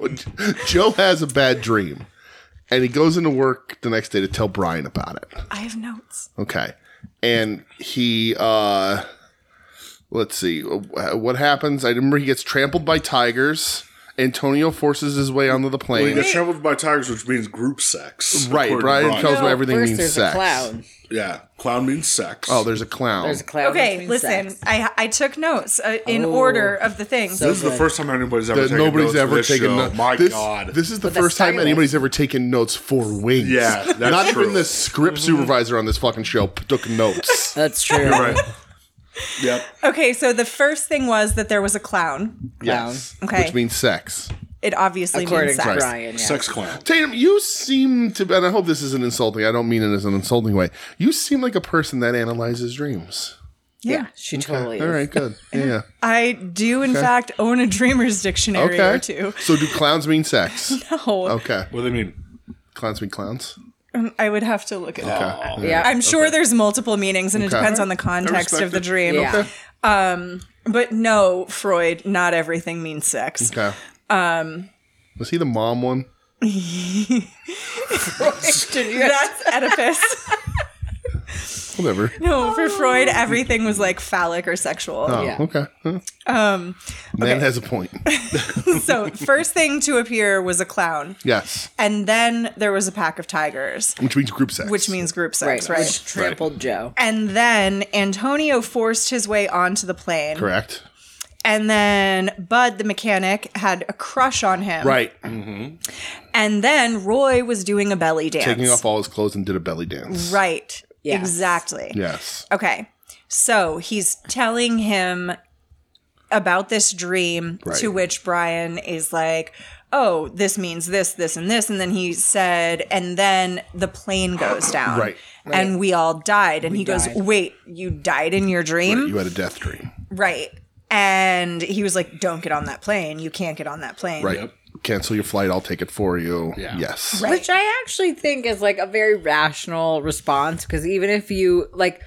[SPEAKER 4] Joe has a bad dream, and he goes into work the next day to tell Brian about it.
[SPEAKER 1] I have notes.
[SPEAKER 4] Okay, and he, uh, let's see, uh, what happens? I remember he gets trampled by tigers. Antonio forces his way onto the
[SPEAKER 2] Well, you
[SPEAKER 4] plane.
[SPEAKER 2] get trampled by tigers, which means group sex.
[SPEAKER 4] Right,
[SPEAKER 2] according to
[SPEAKER 4] Brian tells me everything
[SPEAKER 3] First,
[SPEAKER 4] means
[SPEAKER 3] there's
[SPEAKER 4] sex.
[SPEAKER 3] a clown.
[SPEAKER 2] Yeah, clown means sex.
[SPEAKER 4] Oh, there's a clown.
[SPEAKER 3] There's a clown. which
[SPEAKER 1] Okay,
[SPEAKER 3] means
[SPEAKER 1] listen,
[SPEAKER 3] sex.
[SPEAKER 1] I I took notes uh, in order of the things.
[SPEAKER 3] So-
[SPEAKER 2] this is the
[SPEAKER 3] good.
[SPEAKER 2] first time anybody's ever
[SPEAKER 4] that
[SPEAKER 2] taken
[SPEAKER 4] nobody's
[SPEAKER 2] notes for
[SPEAKER 4] ever
[SPEAKER 2] this
[SPEAKER 4] taken
[SPEAKER 2] show.
[SPEAKER 4] notes.
[SPEAKER 2] My
[SPEAKER 4] this,
[SPEAKER 2] God,
[SPEAKER 4] This is the first time
[SPEAKER 3] silence.
[SPEAKER 4] anybody's ever taken notes for wings.
[SPEAKER 2] Yeah, that's
[SPEAKER 4] not
[SPEAKER 2] true.
[SPEAKER 4] even the script supervisor on this fucking show p-
[SPEAKER 3] *laughs*
[SPEAKER 4] took notes.
[SPEAKER 3] That's true.
[SPEAKER 4] *laughs*
[SPEAKER 2] right? yep.
[SPEAKER 1] okay, so the first thing was that there was a clown.
[SPEAKER 4] yes,
[SPEAKER 1] Okay.
[SPEAKER 4] which means sex.
[SPEAKER 1] It obviously
[SPEAKER 3] According
[SPEAKER 1] means
[SPEAKER 3] to
[SPEAKER 1] sex.
[SPEAKER 3] Brian, yeah.
[SPEAKER 2] Sex clown.
[SPEAKER 4] Tatum, you seem to, and I hope this isn't insulting. I don't mean it as an insulting way. You seem like a person that analyzes dreams.
[SPEAKER 3] yeah, she totally.
[SPEAKER 4] All
[SPEAKER 3] is.
[SPEAKER 4] right, good. Yeah.
[SPEAKER 1] I do in fact own a dreamer's dictionary or
[SPEAKER 4] Okay.
[SPEAKER 1] two.
[SPEAKER 4] So, do clowns mean sex?
[SPEAKER 1] No,
[SPEAKER 4] Okay.
[SPEAKER 2] What do they mean?
[SPEAKER 4] Clowns mean clowns.
[SPEAKER 1] Oh, I would have to look it up.
[SPEAKER 3] Yeah,
[SPEAKER 1] I'm sure there's multiple meanings and it
[SPEAKER 4] Okay.
[SPEAKER 1] depends on the
[SPEAKER 2] I
[SPEAKER 1] context
[SPEAKER 2] respect
[SPEAKER 1] of the
[SPEAKER 2] it.
[SPEAKER 1] dream.
[SPEAKER 3] yeah.
[SPEAKER 1] But no, Freud, not everything means sex.
[SPEAKER 4] Okay. Um. Was he the mom one?
[SPEAKER 1] That's Oedipus. *laughs*
[SPEAKER 4] Whatever.
[SPEAKER 1] no, for Freud, everything was like phallic or sexual.
[SPEAKER 4] Oh,
[SPEAKER 3] Yeah.
[SPEAKER 4] okay. Um, Man has a point. Oh.
[SPEAKER 1] So, first thing to appear was a clown.
[SPEAKER 4] Yes.
[SPEAKER 1] And then there was a pack of tigers,
[SPEAKER 4] Which means group sex.
[SPEAKER 1] which means group sex,
[SPEAKER 3] right,
[SPEAKER 1] right?
[SPEAKER 3] which trampled Joe.
[SPEAKER 1] and then Antonio forced his way onto the plane.
[SPEAKER 4] Correct.
[SPEAKER 1] And then Bud, the mechanic, had a crush on him.
[SPEAKER 4] Right.
[SPEAKER 1] And then Roy was doing a belly dance.
[SPEAKER 4] Taking off all his clothes and did a belly dance.
[SPEAKER 1] Right.
[SPEAKER 3] Yes.
[SPEAKER 1] Exactly.
[SPEAKER 4] Yes.
[SPEAKER 1] Okay. So he's telling him about this dream,
[SPEAKER 4] Right.
[SPEAKER 1] to which Brian is like, Oh, this means this, this, and this. And then he said, and then the plane
[SPEAKER 4] *clears throat*
[SPEAKER 1] goes down.
[SPEAKER 4] Right.
[SPEAKER 1] And we all died. And he goes,
[SPEAKER 3] died.
[SPEAKER 1] Wait, you died in your dream?
[SPEAKER 4] You had a death dream.
[SPEAKER 1] Right. And he was like, Don't get on that plane. You can't get on that plane.
[SPEAKER 4] Right.
[SPEAKER 2] Yep.
[SPEAKER 4] Cancel your flight. I'll take it for you.
[SPEAKER 2] Yeah.
[SPEAKER 4] Yes.
[SPEAKER 1] Right.
[SPEAKER 3] Which I actually think is like a very rational response because even if you like,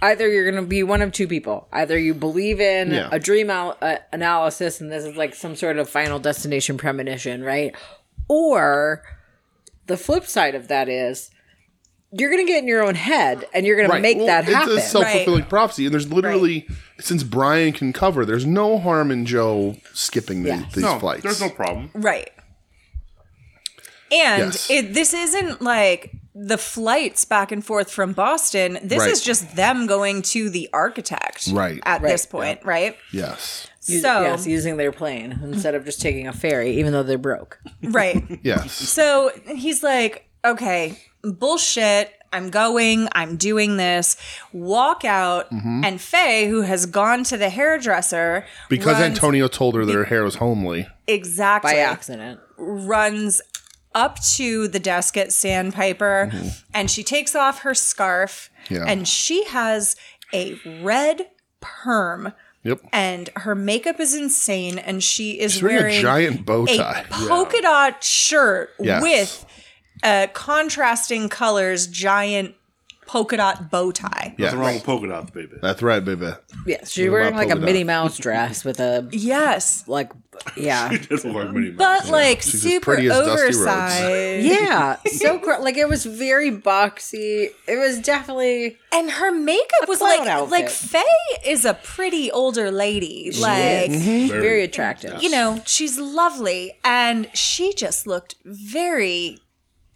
[SPEAKER 3] either you're going to be one of two people. Either you believe in
[SPEAKER 4] Yeah.
[SPEAKER 3] a dream al- uh, analysis and this is like some sort of final destination premonition, right? Or the flip side of that is you're going to get in your own head and you're going to make
[SPEAKER 4] Well,
[SPEAKER 3] that happen.
[SPEAKER 4] It's a self fulfilling prophecy. And there's literally,
[SPEAKER 1] Right.
[SPEAKER 4] since Brian can cover, there's no harm in Joe skipping the,
[SPEAKER 3] Yeah.
[SPEAKER 4] these
[SPEAKER 2] No,
[SPEAKER 4] flights.
[SPEAKER 2] there's no problem.
[SPEAKER 1] Right. And
[SPEAKER 4] Yes.
[SPEAKER 1] it, this isn't like the flights back and forth from Boston. This
[SPEAKER 4] Right.
[SPEAKER 1] is just them going to the architect
[SPEAKER 4] Right.
[SPEAKER 1] at
[SPEAKER 3] Right.
[SPEAKER 1] this point, right?
[SPEAKER 4] Yes.
[SPEAKER 1] So,
[SPEAKER 3] Us- yes, using their plane instead of just taking a ferry, even though they're broke. *laughs*
[SPEAKER 1] right.
[SPEAKER 4] Yes.
[SPEAKER 1] So he's like, okay, bullshit. I'm going. I'm doing this. Walk out.
[SPEAKER 4] Mm-hmm.
[SPEAKER 1] And Faye, who has gone to the hairdresser,
[SPEAKER 4] Because
[SPEAKER 1] runs-
[SPEAKER 4] Antonio told her that her hair was homely.
[SPEAKER 1] exactly
[SPEAKER 3] By accident.
[SPEAKER 1] runs up to the desk at Sandpiper and she takes off her scarf
[SPEAKER 4] Mm-hmm. Yeah.
[SPEAKER 1] and she has a red perm
[SPEAKER 4] Yep.
[SPEAKER 1] and her makeup is insane and she is
[SPEAKER 4] She's
[SPEAKER 1] wearing,
[SPEAKER 4] wearing a giant bow
[SPEAKER 1] a
[SPEAKER 4] tie.
[SPEAKER 1] polka dot shirt
[SPEAKER 4] Yes.
[SPEAKER 1] with uh, contrasting colors giant polka dot bow tie.
[SPEAKER 4] Yeah.
[SPEAKER 2] Nothing wrong with polka dots, baby. *laughs*
[SPEAKER 4] That's right, baby.
[SPEAKER 3] Yes, she's wearing like a
[SPEAKER 4] polka dot?
[SPEAKER 3] Minnie Mouse dress with a
[SPEAKER 1] Yes.
[SPEAKER 3] like, yeah.
[SPEAKER 2] That's what I'm meaning.
[SPEAKER 1] But like
[SPEAKER 4] She's as
[SPEAKER 1] super
[SPEAKER 4] pretty as Dusty Rhodes.
[SPEAKER 1] oversized.
[SPEAKER 3] Yeah,
[SPEAKER 1] *laughs*
[SPEAKER 3] so cr- like it was very boxy. It was definitely
[SPEAKER 1] and her makeup was
[SPEAKER 3] clown
[SPEAKER 1] like
[SPEAKER 3] outfit.
[SPEAKER 1] like Faye is a pretty older lady. like
[SPEAKER 3] very, attractive.
[SPEAKER 1] you know, she's lovely and she just looked very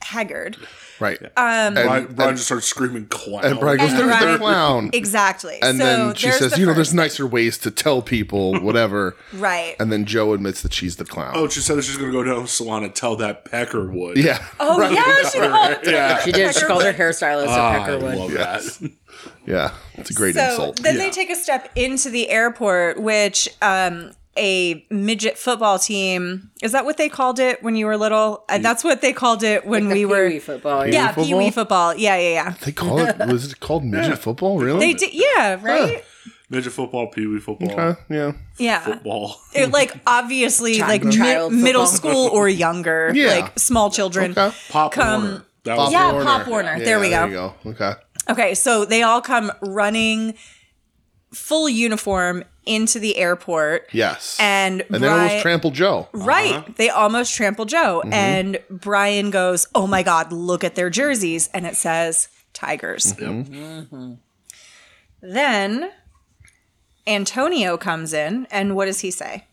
[SPEAKER 1] haggard.
[SPEAKER 4] Right. Um, and,
[SPEAKER 2] Brian, Brian
[SPEAKER 4] and-
[SPEAKER 2] just starts screaming clown.
[SPEAKER 4] and Brian goes,
[SPEAKER 1] And
[SPEAKER 4] there's the
[SPEAKER 1] Brian-
[SPEAKER 4] clown.
[SPEAKER 1] Exactly.
[SPEAKER 4] And
[SPEAKER 1] so
[SPEAKER 4] then she
[SPEAKER 1] there's
[SPEAKER 4] says,
[SPEAKER 1] the
[SPEAKER 4] you know,
[SPEAKER 1] first-
[SPEAKER 4] there's nicer ways to
[SPEAKER 1] *laughs*
[SPEAKER 4] tell people, whatever.
[SPEAKER 1] right.
[SPEAKER 4] And then Joe admits that she's the clown.
[SPEAKER 2] oh, she said that she's going to go down to salon and tell that Packer would.
[SPEAKER 4] yeah.
[SPEAKER 1] oh yeah, she called
[SPEAKER 2] Yeah.
[SPEAKER 3] she did. She called her hairstylist
[SPEAKER 4] Ah,
[SPEAKER 3] a
[SPEAKER 2] I
[SPEAKER 3] peckerwood.
[SPEAKER 2] love
[SPEAKER 4] Yes.
[SPEAKER 2] that. *laughs*
[SPEAKER 4] Yeah. It's a great
[SPEAKER 1] so
[SPEAKER 4] insult.
[SPEAKER 1] Then
[SPEAKER 2] Yeah.
[SPEAKER 1] they take a step into the airport, which um a midget football team is that what they called it when you were little? Uh, that's what they called it when
[SPEAKER 3] The
[SPEAKER 1] we were.
[SPEAKER 3] Pee-wee E football.
[SPEAKER 1] Yeah,
[SPEAKER 4] Pee-wee
[SPEAKER 1] pee wee football. Yeah, yeah, yeah.
[SPEAKER 4] They call it, was
[SPEAKER 1] *laughs*
[SPEAKER 4] it called midget football? Really?
[SPEAKER 1] They did, yeah, right,
[SPEAKER 2] Midget football, pee wee football,
[SPEAKER 4] Uh, yeah.
[SPEAKER 1] yeah.
[SPEAKER 2] football.
[SPEAKER 1] It, like obviously, like mi-
[SPEAKER 3] child football.
[SPEAKER 1] middle school or younger,
[SPEAKER 4] *laughs* Yeah.
[SPEAKER 1] like small children.
[SPEAKER 4] Okay.
[SPEAKER 2] Pop
[SPEAKER 1] Come-
[SPEAKER 2] Warner. That
[SPEAKER 4] Pop
[SPEAKER 2] was
[SPEAKER 1] Yeah,
[SPEAKER 2] the-
[SPEAKER 1] Pop Warner. There we
[SPEAKER 4] There
[SPEAKER 1] go.
[SPEAKER 4] you go. Okay.
[SPEAKER 1] Okay, so they all come running, full uniform, into the airport,
[SPEAKER 4] Yes.
[SPEAKER 1] and
[SPEAKER 4] And then almost Uh-huh. Mm-hmm.
[SPEAKER 1] Bri-
[SPEAKER 4] trample Joe.
[SPEAKER 1] Right. They almost trample Joe. And Brian goes, Oh my God, look at their jerseys. And it says Tigers.
[SPEAKER 4] Mm-hmm.
[SPEAKER 1] Then Antonio comes in. And what does he say?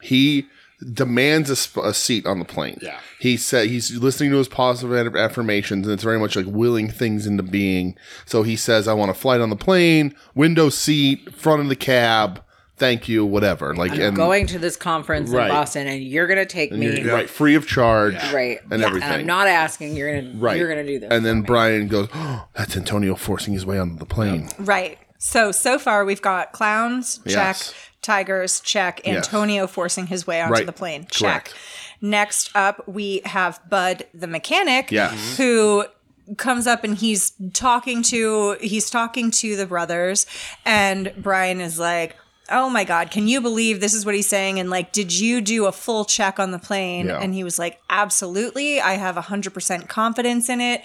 [SPEAKER 4] He demands a, sp- a seat on the plane.
[SPEAKER 2] Yeah.
[SPEAKER 4] He said he's listening to his positive ad- affirmations, and it's very much like willing things into being. So he says, "I want a flight on the plane, window seat, front of the cab. Thank you, whatever." Like and
[SPEAKER 3] Going to this conference
[SPEAKER 4] Right.
[SPEAKER 3] in Boston, and you're gonna take me
[SPEAKER 4] you're right, free of charge,
[SPEAKER 3] right
[SPEAKER 4] and
[SPEAKER 3] Yeah,
[SPEAKER 4] everything.
[SPEAKER 3] I'm not asking. You're gonna
[SPEAKER 4] right,
[SPEAKER 3] You're gonna do this.
[SPEAKER 4] And then Brian goes, oh, "That's Antonio forcing his way onto the plane."
[SPEAKER 1] Right. So, so far we've got clowns, check,
[SPEAKER 4] Yes.
[SPEAKER 1] tigers, check, Antonio forcing his way onto
[SPEAKER 4] Right.
[SPEAKER 1] the plane, check.
[SPEAKER 4] Correct.
[SPEAKER 1] Next up, we have Bud the mechanic,
[SPEAKER 4] Yes.
[SPEAKER 1] who comes up and he's talking to he's talking to the brothers and Brian is like Oh my God, can you believe this is what he's saying? And like, did you do a full check on the plane?
[SPEAKER 4] Yeah.
[SPEAKER 1] And he was like, absolutely. I have 100% confidence in it.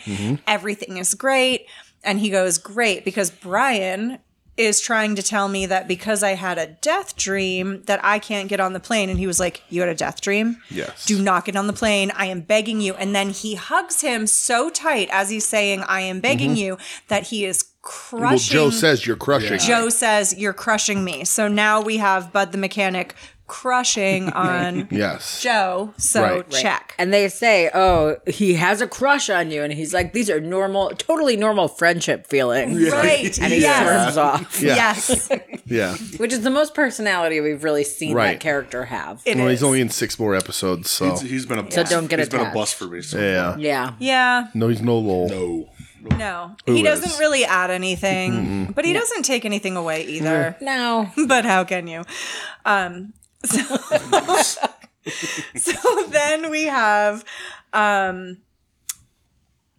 [SPEAKER 1] Everything is great. And he goes, great, because Brian is trying to tell me that because I had a death dream that I can't get on the plane. And he was like, You had a death dream?
[SPEAKER 2] Yes.
[SPEAKER 1] Do not get on the plane. I am begging you. And then he hugs him so tight as he's saying, I am begging you, that he is
[SPEAKER 4] Mm-hmm. Well,
[SPEAKER 1] crushing.
[SPEAKER 4] Joe says you're crushing.
[SPEAKER 1] Joe says, You're crushing me. So now we have Bud the mechanic
[SPEAKER 4] *laughs*
[SPEAKER 1] crushing on
[SPEAKER 4] Yes.
[SPEAKER 1] Joe. So
[SPEAKER 4] Right. Right.
[SPEAKER 1] check.
[SPEAKER 3] And they say, "Oh, he has a crush on you," and he's like, "These are normal, totally normal friendship feelings."
[SPEAKER 1] Right.
[SPEAKER 3] And he
[SPEAKER 1] Yes.
[SPEAKER 3] turns off,
[SPEAKER 4] Yeah. *laughs*
[SPEAKER 1] Yes.
[SPEAKER 4] Yeah.
[SPEAKER 3] which is the most personality we've really seen
[SPEAKER 4] Right.
[SPEAKER 3] that character have.
[SPEAKER 1] It
[SPEAKER 4] Well,
[SPEAKER 1] is.
[SPEAKER 4] he's only in six more episodes, so
[SPEAKER 2] He's- he's been a bust.
[SPEAKER 3] don't get
[SPEAKER 2] He's been a
[SPEAKER 3] attached.
[SPEAKER 2] bust for me. So.
[SPEAKER 4] Oh. yeah.
[SPEAKER 3] yeah,
[SPEAKER 1] yeah.
[SPEAKER 4] No, he's no lol.
[SPEAKER 2] No.
[SPEAKER 1] No,
[SPEAKER 4] Who
[SPEAKER 1] he
[SPEAKER 4] is?
[SPEAKER 1] doesn't really add anything, but he doesn't take anything away either.
[SPEAKER 3] no,
[SPEAKER 1] But how can you? Um, so, *laughs* so then we have um,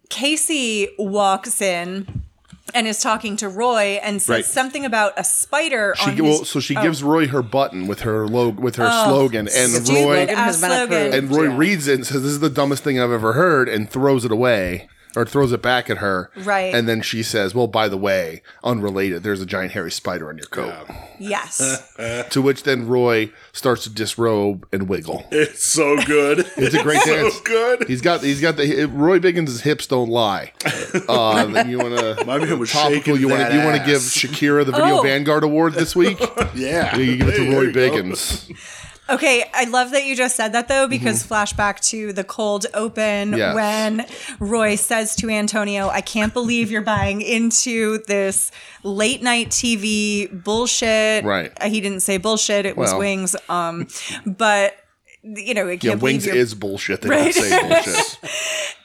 [SPEAKER 1] Casey walks in and is talking to Roy and says
[SPEAKER 4] Right.
[SPEAKER 1] something about a spider
[SPEAKER 4] She
[SPEAKER 1] on
[SPEAKER 4] well,
[SPEAKER 1] his Oh.
[SPEAKER 4] so she gives Roy her button with her log with her slogan, and
[SPEAKER 1] stupid
[SPEAKER 4] Roy
[SPEAKER 1] ass
[SPEAKER 3] Has been approved.
[SPEAKER 1] slogan.
[SPEAKER 4] and Roy
[SPEAKER 3] Yeah.
[SPEAKER 4] reads it and says, "This is the dumbest thing I've ever heard," and throws it away or throws it back at her.
[SPEAKER 1] Right.
[SPEAKER 4] And then she says, "Well, by the way, unrelated. There's a giant hairy spider on your coat." *laughs*
[SPEAKER 1] yes.
[SPEAKER 4] To which then Roy starts to disrobe and wiggle.
[SPEAKER 2] It's so good.
[SPEAKER 4] *laughs* It's a great dance.
[SPEAKER 2] good.
[SPEAKER 4] He's got he's got the Roy Biggins' hips don't lie. Uh, that you want
[SPEAKER 2] *laughs* My
[SPEAKER 4] to
[SPEAKER 2] man was
[SPEAKER 4] topical?
[SPEAKER 2] shaking
[SPEAKER 4] You want
[SPEAKER 2] that
[SPEAKER 4] to you want to
[SPEAKER 2] ass.
[SPEAKER 4] give Shakira the Video
[SPEAKER 1] Oh.
[SPEAKER 4] Vanguard Award this week?
[SPEAKER 2] *laughs* *laughs* Yeah.
[SPEAKER 4] You give it to
[SPEAKER 2] There
[SPEAKER 4] Roy
[SPEAKER 2] you go.
[SPEAKER 4] Biggins.
[SPEAKER 1] Okay, I love that you just said that though, because flashback to the cold open
[SPEAKER 4] Mm-hmm. Yes.
[SPEAKER 1] when Roy says to Antonio, I can't believe you're buying into this late night TV bullshit.
[SPEAKER 4] Right.
[SPEAKER 1] Uh, He didn't say bullshit, it was
[SPEAKER 4] Well.
[SPEAKER 1] wings. Um, but you know, I can't
[SPEAKER 4] Yeah,
[SPEAKER 1] believe
[SPEAKER 4] wings
[SPEAKER 1] you're-
[SPEAKER 4] is bullshit. They
[SPEAKER 1] Right.
[SPEAKER 4] don't say bullshit.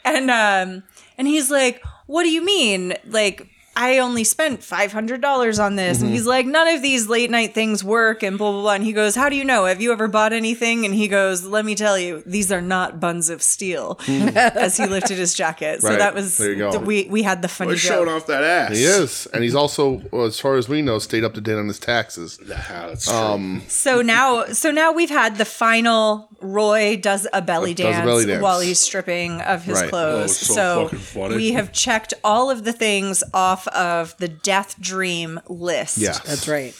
[SPEAKER 1] and um and he's like what do you mean like i only spent $500 on this
[SPEAKER 4] Mm-hmm.
[SPEAKER 1] and he's like none of these late night things work and blah blah blah and he goes how do you know have you ever bought anything and he goes let me tell you these are not buns of steel *laughs* as he lifted his jacket so
[SPEAKER 4] Hmm. Right.
[SPEAKER 1] that was
[SPEAKER 4] There you go.
[SPEAKER 1] the- we we had the funny
[SPEAKER 2] Roy showed
[SPEAKER 1] joke.
[SPEAKER 2] off that ass.
[SPEAKER 4] *laughs* He is, and he's also, well, as far as we know, stayed up to date on his taxes.
[SPEAKER 2] Yeah, that's true. Um,
[SPEAKER 1] so now so now we've had the final roy does a belly,
[SPEAKER 4] Does a
[SPEAKER 1] dance,
[SPEAKER 4] belly dance.
[SPEAKER 1] while he's stripping of his
[SPEAKER 4] Right.
[SPEAKER 1] clothes
[SPEAKER 2] Oh, it's so fucking funny.
[SPEAKER 1] we have checked all of the things off of the death dream list
[SPEAKER 4] Yes,
[SPEAKER 3] that's right.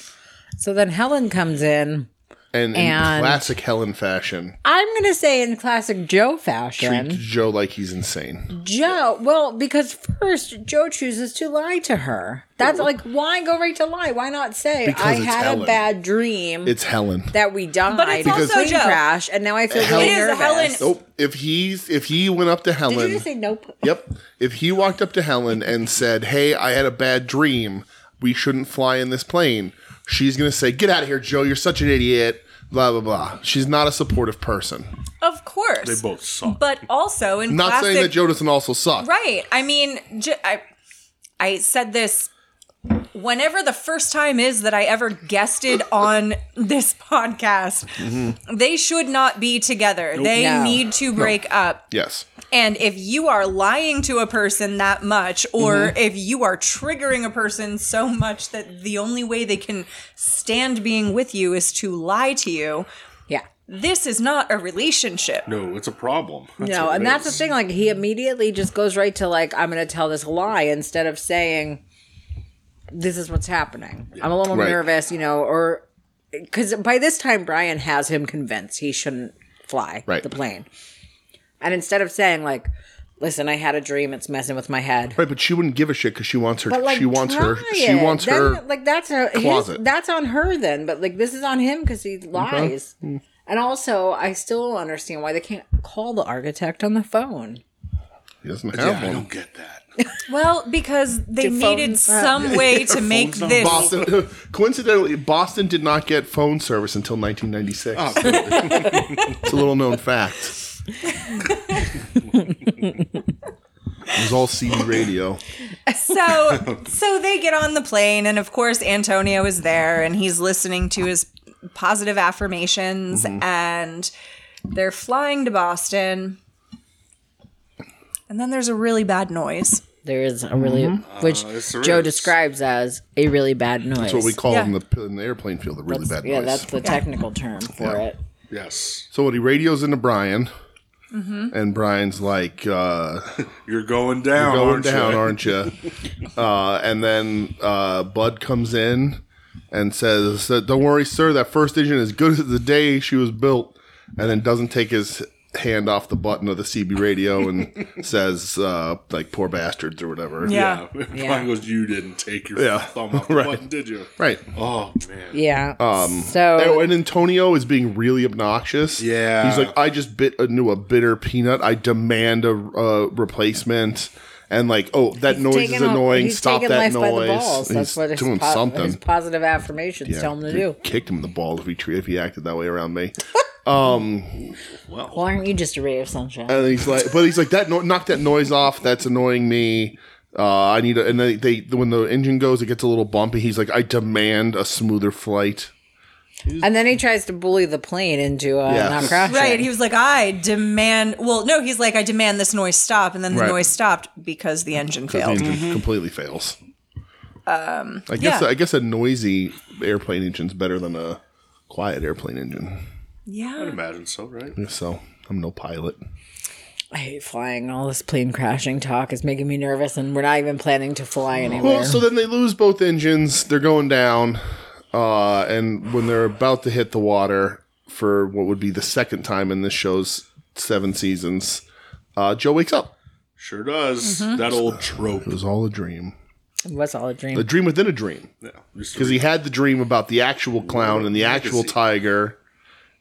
[SPEAKER 3] So then Helen comes in.
[SPEAKER 4] And in
[SPEAKER 3] And-
[SPEAKER 4] classic Helen fashion,
[SPEAKER 3] I'm gonna say in classic Joe
[SPEAKER 4] treat
[SPEAKER 3] fashion,
[SPEAKER 4] Joe like he's
[SPEAKER 3] Mm-hmm.
[SPEAKER 4] insane.
[SPEAKER 3] Joe. Well, because first Joe chooses to lie to her. That's like why go right to lie? Why not say
[SPEAKER 4] Because
[SPEAKER 3] I
[SPEAKER 4] it's
[SPEAKER 3] had
[SPEAKER 4] Helen.
[SPEAKER 3] a bad dream?
[SPEAKER 4] It's Helen.
[SPEAKER 3] that we died
[SPEAKER 1] But it's
[SPEAKER 3] in a
[SPEAKER 1] also
[SPEAKER 3] plane
[SPEAKER 1] Joe.
[SPEAKER 3] crash, and now I feel
[SPEAKER 4] Helen-
[SPEAKER 3] really
[SPEAKER 1] It is a
[SPEAKER 3] nervous.
[SPEAKER 1] Helen-
[SPEAKER 4] Oh, if he's if he went up to
[SPEAKER 3] Did you
[SPEAKER 4] Helen,
[SPEAKER 3] just say nope?
[SPEAKER 4] yep. If he walked up to Helen and said, "Hey, I had a bad dream. We shouldn't fly in this plane," she's gonna say, "Get out of here, Joe. You're such an idiot." Blah blah blah. She's not a supportive person.
[SPEAKER 1] Of course.
[SPEAKER 2] they both suck.
[SPEAKER 1] But also in
[SPEAKER 4] Not
[SPEAKER 1] classic,
[SPEAKER 4] saying that Joe doesn't also suck.
[SPEAKER 1] right? I mean, j- I I said this whenever the first time is that I ever
[SPEAKER 2] *laughs*
[SPEAKER 1] guested on this podcast.
[SPEAKER 4] Mm-hmm.
[SPEAKER 1] They should not be together. They
[SPEAKER 3] No.
[SPEAKER 1] need to break up.
[SPEAKER 4] Yes.
[SPEAKER 1] And if you are lying to a person that much, or
[SPEAKER 2] Mm-hmm.
[SPEAKER 1] if you are triggering a person so much that the only way they can stand being with you is to lie to you,
[SPEAKER 3] Yeah.
[SPEAKER 1] this is not a relationship.
[SPEAKER 2] no, it's a problem. That's
[SPEAKER 3] No,
[SPEAKER 2] what
[SPEAKER 3] and
[SPEAKER 2] it
[SPEAKER 3] that's the
[SPEAKER 2] is.
[SPEAKER 3] thing. Like he immediately just goes right to like I'm going to tell this lie instead of saying this is what's happening. I'm a little
[SPEAKER 4] Right.
[SPEAKER 3] nervous, you know, or because by this time Brian has him convinced he shouldn't fly
[SPEAKER 4] Right.
[SPEAKER 3] the plane, and instead of saying like, "Listen, I had a dream. It's messing with my head."
[SPEAKER 4] Right, but she wouldn't give a shit because she wants her.
[SPEAKER 3] But like,
[SPEAKER 4] she wants her.
[SPEAKER 3] try
[SPEAKER 4] She
[SPEAKER 3] it.
[SPEAKER 4] wants
[SPEAKER 3] Then,
[SPEAKER 4] her.
[SPEAKER 3] Like that's her. his-
[SPEAKER 4] closet.
[SPEAKER 3] That's on her then. But like this is on him because he lies.
[SPEAKER 4] Hmm.
[SPEAKER 3] And also, I still don't understand why they can't call the architect on the phone.
[SPEAKER 4] He doesn't
[SPEAKER 2] Yeah,
[SPEAKER 4] have
[SPEAKER 2] I
[SPEAKER 4] one.
[SPEAKER 2] don't get that.
[SPEAKER 3] *laughs*
[SPEAKER 1] Well, because they
[SPEAKER 3] Do
[SPEAKER 1] needed
[SPEAKER 3] phones-
[SPEAKER 1] some
[SPEAKER 2] *laughs*
[SPEAKER 1] way to make
[SPEAKER 2] phones on
[SPEAKER 1] this.
[SPEAKER 4] Boston, *laughs* coincidentally, Boston did not get phone service until 1996. *laughs* it's a little known fact. it was all CD radio. *laughs*
[SPEAKER 1] So, so they get on the plane, and of course, Antonio is there, and he's listening to his positive affirmations,
[SPEAKER 4] Mm-hmm.
[SPEAKER 1] and they're flying to Boston. And then there's a really bad noise.
[SPEAKER 3] There is a really which
[SPEAKER 2] yes, there
[SPEAKER 3] Joe
[SPEAKER 2] is.
[SPEAKER 3] describes as a really bad noise.
[SPEAKER 4] Uh, That's what we call
[SPEAKER 1] Yeah.
[SPEAKER 4] in, the, in the airplane field a really bad noise.
[SPEAKER 3] yeah, that's the technical term for it.
[SPEAKER 2] Yes.
[SPEAKER 4] so what he radios into Brian,
[SPEAKER 3] Mm-hmm.
[SPEAKER 4] and Brian's like, uh,
[SPEAKER 2] You're going down.
[SPEAKER 4] going
[SPEAKER 2] aren't
[SPEAKER 4] down,
[SPEAKER 2] *laughs* you?
[SPEAKER 4] aren't you? Uh, and then uh, Bud comes in and says, that, "Don't worry, sir. That first engine is good as the day she was built." And then doesn't take his hand off the button of the CB
[SPEAKER 2] *laughs*
[SPEAKER 4] radio and says, uh, "Like poor bastards" or whatever.
[SPEAKER 1] Yeah.
[SPEAKER 2] Brian *laughs*
[SPEAKER 3] Yeah.
[SPEAKER 2] goes, you didn't take your
[SPEAKER 4] Yeah.
[SPEAKER 2] thumb
[SPEAKER 4] *laughs*
[SPEAKER 2] off the
[SPEAKER 4] Right.
[SPEAKER 2] button, did you?
[SPEAKER 4] Right.
[SPEAKER 2] Oh man.
[SPEAKER 3] Yeah. Um,
[SPEAKER 4] Oh,
[SPEAKER 3] so
[SPEAKER 4] and Antonio is being really obnoxious.
[SPEAKER 2] Yeah.
[SPEAKER 4] he's like, I just bit into a bitter peanut. I demand a uh, replacement. And like, oh, that noise is
[SPEAKER 3] taking a-
[SPEAKER 4] annoying.
[SPEAKER 3] he's
[SPEAKER 4] Stop
[SPEAKER 3] taking
[SPEAKER 4] that
[SPEAKER 3] life
[SPEAKER 4] noise.
[SPEAKER 3] By the balls. That's
[SPEAKER 4] he's
[SPEAKER 3] what his
[SPEAKER 4] doing
[SPEAKER 3] po- *laughs*
[SPEAKER 4] something.
[SPEAKER 3] His positive affirmations tell him to
[SPEAKER 4] Could've
[SPEAKER 3] do.
[SPEAKER 4] Kicked him in the balls if he tre- if he acted that way around me.
[SPEAKER 3] Why aren't you just a ray of sunshine?
[SPEAKER 4] And he's like, but he's like that. No- knock that noise off. That's annoying me. Uh, I need a. And they, they when the engine goes, it gets a little bumpy. He's like, I demand a smoother flight.
[SPEAKER 3] and then he tries to bully the plane into uh,
[SPEAKER 4] Yeah.
[SPEAKER 3] not
[SPEAKER 4] *laughs*
[SPEAKER 3] crashing.
[SPEAKER 1] Right. He was like, I demand. Well, no, he's like, I demand this noise stop. And then the
[SPEAKER 4] Right.
[SPEAKER 1] noise stopped because the engine
[SPEAKER 4] The
[SPEAKER 1] failed.
[SPEAKER 4] engine completely fails. Um, I guess
[SPEAKER 1] yeah.
[SPEAKER 4] I guess a noisy airplane engine's better than a quiet airplane engine.
[SPEAKER 1] Yeah.
[SPEAKER 2] Imagine so, right?
[SPEAKER 4] So I'm no pilot.
[SPEAKER 3] I hate flying. All this plane crashing talk is making me nervous, and we're not even planning to fly anywhere.
[SPEAKER 4] Well, so then they lose both engines. They're going down, uh, and when they're about to hit the water for what would be the second time in this show's seven seasons, uh, Joe wakes up.
[SPEAKER 2] Sure does.
[SPEAKER 3] Mm-hmm.
[SPEAKER 2] That old trope.
[SPEAKER 4] It was all a dream,
[SPEAKER 3] it was all a dream.
[SPEAKER 4] a dream within a dream,
[SPEAKER 2] Yeah. Just
[SPEAKER 4] because he had the dream about the actual clown and the actual tiger,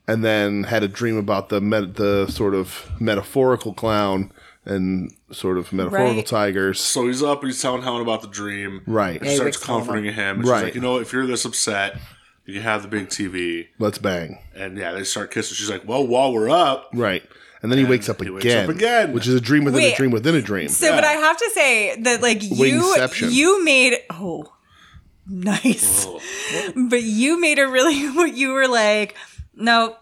[SPEAKER 4] and then had a dream about the met- the sort of metaphorical clown and sort of metaphorical
[SPEAKER 1] Right.
[SPEAKER 4] tigers.
[SPEAKER 2] So he's up and he's telling Helen about the dream.
[SPEAKER 4] Right.
[SPEAKER 2] She starts
[SPEAKER 3] Rick's telling
[SPEAKER 2] comforting him. And she's
[SPEAKER 4] Right.
[SPEAKER 2] like, you know, if you're this upset, you have the big TV.
[SPEAKER 4] Let's bang.
[SPEAKER 2] And yeah, they start kissing. She's like, well, while we're up,
[SPEAKER 4] Right. And then he wakes up
[SPEAKER 2] he
[SPEAKER 4] again,
[SPEAKER 2] wakes up again.
[SPEAKER 4] which is a dream within
[SPEAKER 1] Wait.
[SPEAKER 4] a dream within a dream.
[SPEAKER 1] So, but I have to say that, like, you,
[SPEAKER 4] Wingception.
[SPEAKER 1] you made. Oh, nice. But you made a really. *laughs* You were like, no,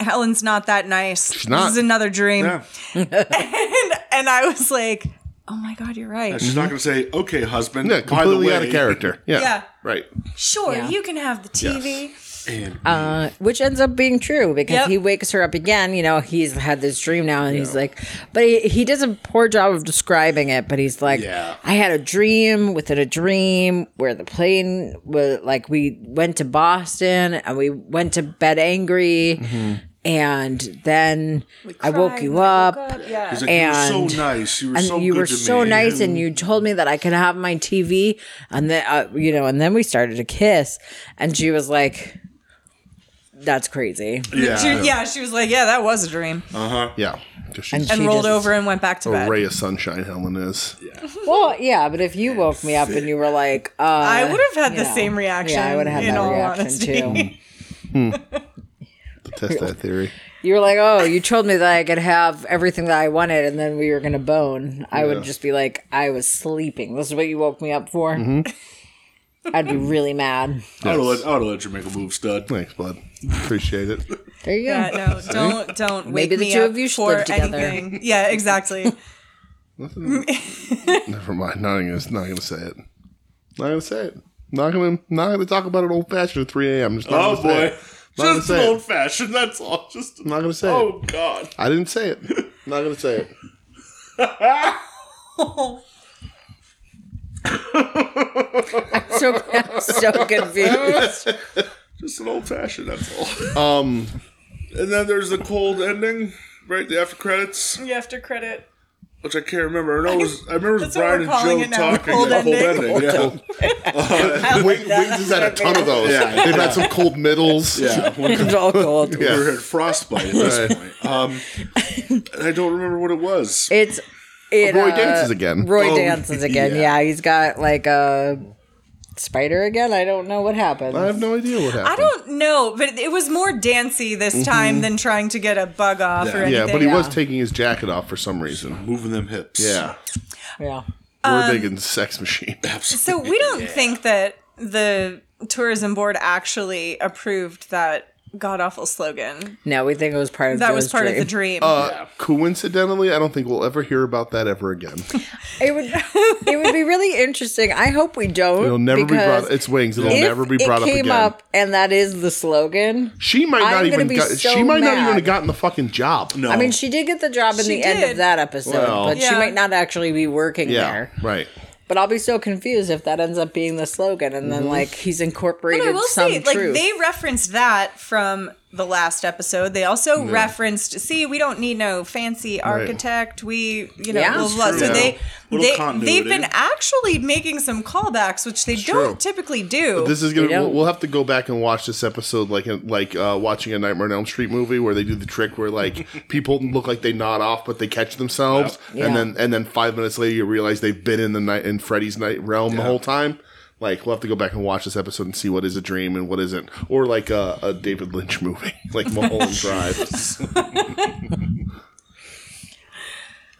[SPEAKER 1] Helen's not that nice. She's
[SPEAKER 4] not.
[SPEAKER 1] This is another dream.
[SPEAKER 2] yeah.
[SPEAKER 1] And, and I was like, oh my God, you're right.
[SPEAKER 2] she's not going to say, okay, husband.
[SPEAKER 4] Mm-hmm. Yeah,
[SPEAKER 2] by the
[SPEAKER 4] completely
[SPEAKER 2] way,
[SPEAKER 4] out of character. *laughs* Yeah.
[SPEAKER 1] Yeah.
[SPEAKER 4] Right.
[SPEAKER 1] Sure,
[SPEAKER 3] Yeah.
[SPEAKER 1] you can have the TV.
[SPEAKER 2] And
[SPEAKER 3] Uh, which ends up being true because
[SPEAKER 1] Yep.
[SPEAKER 3] he wakes her up again. You know, he's had this dream now, and he's like, but he, he does a poor job of describing it. But he's like,
[SPEAKER 2] Yeah.
[SPEAKER 3] I had a dream within a dream where the plane was like, we went to Boston and we went to bed angry,
[SPEAKER 2] Mm-hmm.
[SPEAKER 3] and then I woke
[SPEAKER 1] Cried,
[SPEAKER 3] you
[SPEAKER 1] I
[SPEAKER 3] up.
[SPEAKER 1] woke Yeah.
[SPEAKER 2] he's like, you were
[SPEAKER 3] and-
[SPEAKER 2] so nice. You were
[SPEAKER 3] And
[SPEAKER 2] so
[SPEAKER 3] you
[SPEAKER 2] good
[SPEAKER 3] were
[SPEAKER 2] to
[SPEAKER 3] so
[SPEAKER 2] me.
[SPEAKER 3] nice, and you told me that I could have my TV, and then uh, you know, and then we started to kiss, and she was like, "That's crazy."
[SPEAKER 1] She,
[SPEAKER 2] yeah.
[SPEAKER 1] yeah, she was like, yeah, that was a dream.
[SPEAKER 4] Yeah. 'Cause she's
[SPEAKER 3] And
[SPEAKER 1] and
[SPEAKER 3] She
[SPEAKER 1] rolled
[SPEAKER 3] just-
[SPEAKER 1] over and went back to
[SPEAKER 4] a
[SPEAKER 1] bed.
[SPEAKER 4] ray of sunshine, Helen is.
[SPEAKER 3] Well, yeah, but if you woke me up and you were like, uh,
[SPEAKER 1] I would have had
[SPEAKER 3] you
[SPEAKER 1] the
[SPEAKER 3] know,
[SPEAKER 1] same reaction.
[SPEAKER 3] yeah, I would have
[SPEAKER 1] in
[SPEAKER 3] had that
[SPEAKER 1] all
[SPEAKER 3] reaction
[SPEAKER 1] honesty. *laughs*
[SPEAKER 3] too.
[SPEAKER 4] Test that theory.
[SPEAKER 3] You were like, oh, you told me that I could have everything that I wanted, and then we were gonna bone. I would just be like, I was sleeping. This is what you woke me up for. *laughs* I'd be really mad.
[SPEAKER 2] I would have let, you make a move, stud.
[SPEAKER 4] Thanks, bud. Appreciate
[SPEAKER 1] *laughs*
[SPEAKER 4] it.
[SPEAKER 3] There you go.
[SPEAKER 1] Yeah, no, *laughs* don't don't wake
[SPEAKER 3] Maybe the
[SPEAKER 1] me
[SPEAKER 3] two
[SPEAKER 1] up
[SPEAKER 3] of you should
[SPEAKER 1] for
[SPEAKER 3] live together. *laughs*
[SPEAKER 1] anything. Yeah, exactly.
[SPEAKER 4] Never mind. Not even gonna, not gonna say it. Not gonna say it. Not gonna not gonna talk about it old fashioned at three AM. Just not
[SPEAKER 2] Oh,
[SPEAKER 4] gonna say
[SPEAKER 2] boy. *laughs*
[SPEAKER 4] it. Not gonna
[SPEAKER 2] Just
[SPEAKER 4] say it.
[SPEAKER 2] old fashioned. That's all. Just
[SPEAKER 4] Not gonna say it.
[SPEAKER 2] Oh, God.
[SPEAKER 4] I didn't say it. Not gonna say
[SPEAKER 2] *laughs*
[SPEAKER 4] it.
[SPEAKER 3] *laughs* So
[SPEAKER 1] *laughs*
[SPEAKER 3] I'm so confused.
[SPEAKER 2] Just an old fashioned. That's all.
[SPEAKER 4] Um,
[SPEAKER 2] and then there's the cold ending, right? The after
[SPEAKER 1] *laughs*
[SPEAKER 2] credits.
[SPEAKER 1] you have to credit.
[SPEAKER 2] which I can't remember. I know it was, I remember it was
[SPEAKER 1] That's what
[SPEAKER 2] Brian
[SPEAKER 1] we're
[SPEAKER 2] and
[SPEAKER 1] calling
[SPEAKER 2] Joe
[SPEAKER 1] it now,
[SPEAKER 2] talking.
[SPEAKER 1] cold
[SPEAKER 2] yeah,
[SPEAKER 1] ending.
[SPEAKER 2] Cold ending.
[SPEAKER 4] Wing, Wings has had a ton of those.
[SPEAKER 2] Yeah.
[SPEAKER 4] They've had some cold middles.
[SPEAKER 2] *laughs* Yeah, yeah.
[SPEAKER 3] It's all cold.
[SPEAKER 2] We were at frostbite at this point. Um, and I don't remember what it was.
[SPEAKER 3] It's it,
[SPEAKER 4] Roy
[SPEAKER 3] uh,
[SPEAKER 4] dances again.
[SPEAKER 3] Roy
[SPEAKER 2] Oh,
[SPEAKER 3] dances again.
[SPEAKER 2] yeah.
[SPEAKER 3] Yeah. he's got like a spider again. I don't know what happened.
[SPEAKER 4] I have no idea what happened.
[SPEAKER 1] I don't know, but it was more dancey this time than trying to get a bug off or anything.
[SPEAKER 4] Mm-hmm. Yeah, but he was
[SPEAKER 3] yeah.
[SPEAKER 4] taking his jacket off for some reason.
[SPEAKER 2] Moving them hips.
[SPEAKER 4] Yeah.
[SPEAKER 3] yeah.
[SPEAKER 4] We're
[SPEAKER 3] Um,
[SPEAKER 4] big in sex machine.
[SPEAKER 1] So we don't think that the tourism board actually approved that god awful slogan.
[SPEAKER 3] No, we think it was part of
[SPEAKER 1] That was
[SPEAKER 3] Joe's
[SPEAKER 1] part of
[SPEAKER 3] dream.
[SPEAKER 1] the dream.
[SPEAKER 4] Oh, Uh, Coincidentally, I don't think we'll ever hear about that
[SPEAKER 3] *laughs*
[SPEAKER 4] ever again.
[SPEAKER 3] It would it
[SPEAKER 1] *laughs*
[SPEAKER 3] would be really interesting. I hope we don't.
[SPEAKER 4] It'll never be
[SPEAKER 3] because
[SPEAKER 4] brought. It's wings. It'll
[SPEAKER 3] if
[SPEAKER 4] never be brought
[SPEAKER 3] it
[SPEAKER 4] up
[SPEAKER 3] came
[SPEAKER 4] again.
[SPEAKER 3] up and that is the slogan.
[SPEAKER 4] She might
[SPEAKER 3] I'm
[SPEAKER 4] not
[SPEAKER 3] gonna
[SPEAKER 4] even.
[SPEAKER 3] be
[SPEAKER 4] Got,
[SPEAKER 3] so
[SPEAKER 4] she might not even
[SPEAKER 3] mad.
[SPEAKER 4] have gotten the fucking job.
[SPEAKER 2] No.
[SPEAKER 3] I mean, she did get the job in
[SPEAKER 1] She
[SPEAKER 3] the end
[SPEAKER 1] did.
[SPEAKER 3] of that episode,
[SPEAKER 4] Well.
[SPEAKER 3] but she
[SPEAKER 1] Yeah.
[SPEAKER 3] might not actually be working
[SPEAKER 4] Yeah.
[SPEAKER 3] there.
[SPEAKER 4] Right.
[SPEAKER 3] But I'll be so confused if that ends up being the slogan, and
[SPEAKER 4] Mm-hmm.
[SPEAKER 3] then like he's incorporated
[SPEAKER 1] But I will
[SPEAKER 3] some
[SPEAKER 1] say, like
[SPEAKER 3] truth.
[SPEAKER 1] they referenced that from the last episode. They also referenced, see, we don't need no fancy architect. We, you know,
[SPEAKER 3] Yeah.
[SPEAKER 1] blah, blah, blah.
[SPEAKER 2] That's
[SPEAKER 1] so
[SPEAKER 2] true.
[SPEAKER 1] they,
[SPEAKER 2] Yeah. Little
[SPEAKER 1] they
[SPEAKER 2] continuity.
[SPEAKER 1] they've been actually making some callbacks, which they don't
[SPEAKER 4] true.
[SPEAKER 1] typically do.
[SPEAKER 4] This is gonna.
[SPEAKER 3] They don't.
[SPEAKER 4] We'll, we'll have to go back and watch this episode, like like uh, watching a Nightmare on Elm Street movie, where they do the trick
[SPEAKER 3] *laughs*
[SPEAKER 4] where like people look like they nod off, but they catch themselves, and
[SPEAKER 3] Yeah.
[SPEAKER 4] then and then five minutes later you realize they've been in the night in Freddy's night realm the whole time. Like we'll have to go back and watch this episode and see what is a dream and what isn't, or like a, a David Lynch movie, *laughs*
[SPEAKER 3] *laughs*
[SPEAKER 4] like Mulholland Drive.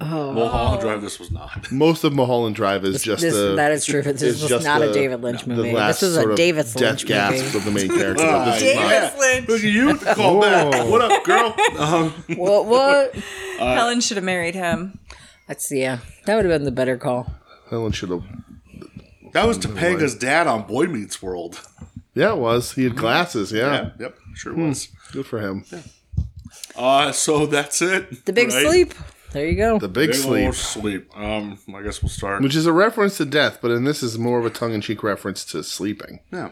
[SPEAKER 2] Mulholland Drive. This was not. *laughs*
[SPEAKER 4] Most of Mulholland Drive is just
[SPEAKER 3] this,
[SPEAKER 4] a,
[SPEAKER 3] that is true. This
[SPEAKER 4] is
[SPEAKER 3] is just
[SPEAKER 4] just
[SPEAKER 3] not
[SPEAKER 4] the-
[SPEAKER 3] a David Lynch
[SPEAKER 4] the
[SPEAKER 3] movie.
[SPEAKER 4] last
[SPEAKER 3] This is a
[SPEAKER 4] sort of
[SPEAKER 3] David Lynch
[SPEAKER 4] death gasp
[SPEAKER 3] movie.
[SPEAKER 4] of the main character.
[SPEAKER 3] *laughs*
[SPEAKER 4] but this is
[SPEAKER 1] David
[SPEAKER 4] not.
[SPEAKER 1] Lynch.
[SPEAKER 2] Look at you to call back. What up,
[SPEAKER 4] *laughs*
[SPEAKER 2] girl?
[SPEAKER 3] what? What?
[SPEAKER 2] uh,
[SPEAKER 1] Helen should have married him.
[SPEAKER 3] That's yeah. That would have been the better call.
[SPEAKER 4] Helen should have.
[SPEAKER 2] That was Topanga's dad on Boy Meets World.
[SPEAKER 4] Yeah, it was. He had glasses. yeah.
[SPEAKER 2] Yep. Sure
[SPEAKER 4] Hmm.
[SPEAKER 2] was.
[SPEAKER 4] Good for him.
[SPEAKER 2] Uh, so that's it.
[SPEAKER 3] The Big
[SPEAKER 2] right?
[SPEAKER 3] Sleep. There you go.
[SPEAKER 4] The big,
[SPEAKER 2] Big
[SPEAKER 4] sleep,
[SPEAKER 2] ol' sleep. Um, I guess we'll start.
[SPEAKER 4] which is a reference to death, but in this is more of a tongue-in-cheek reference to sleeping.
[SPEAKER 2] Yeah.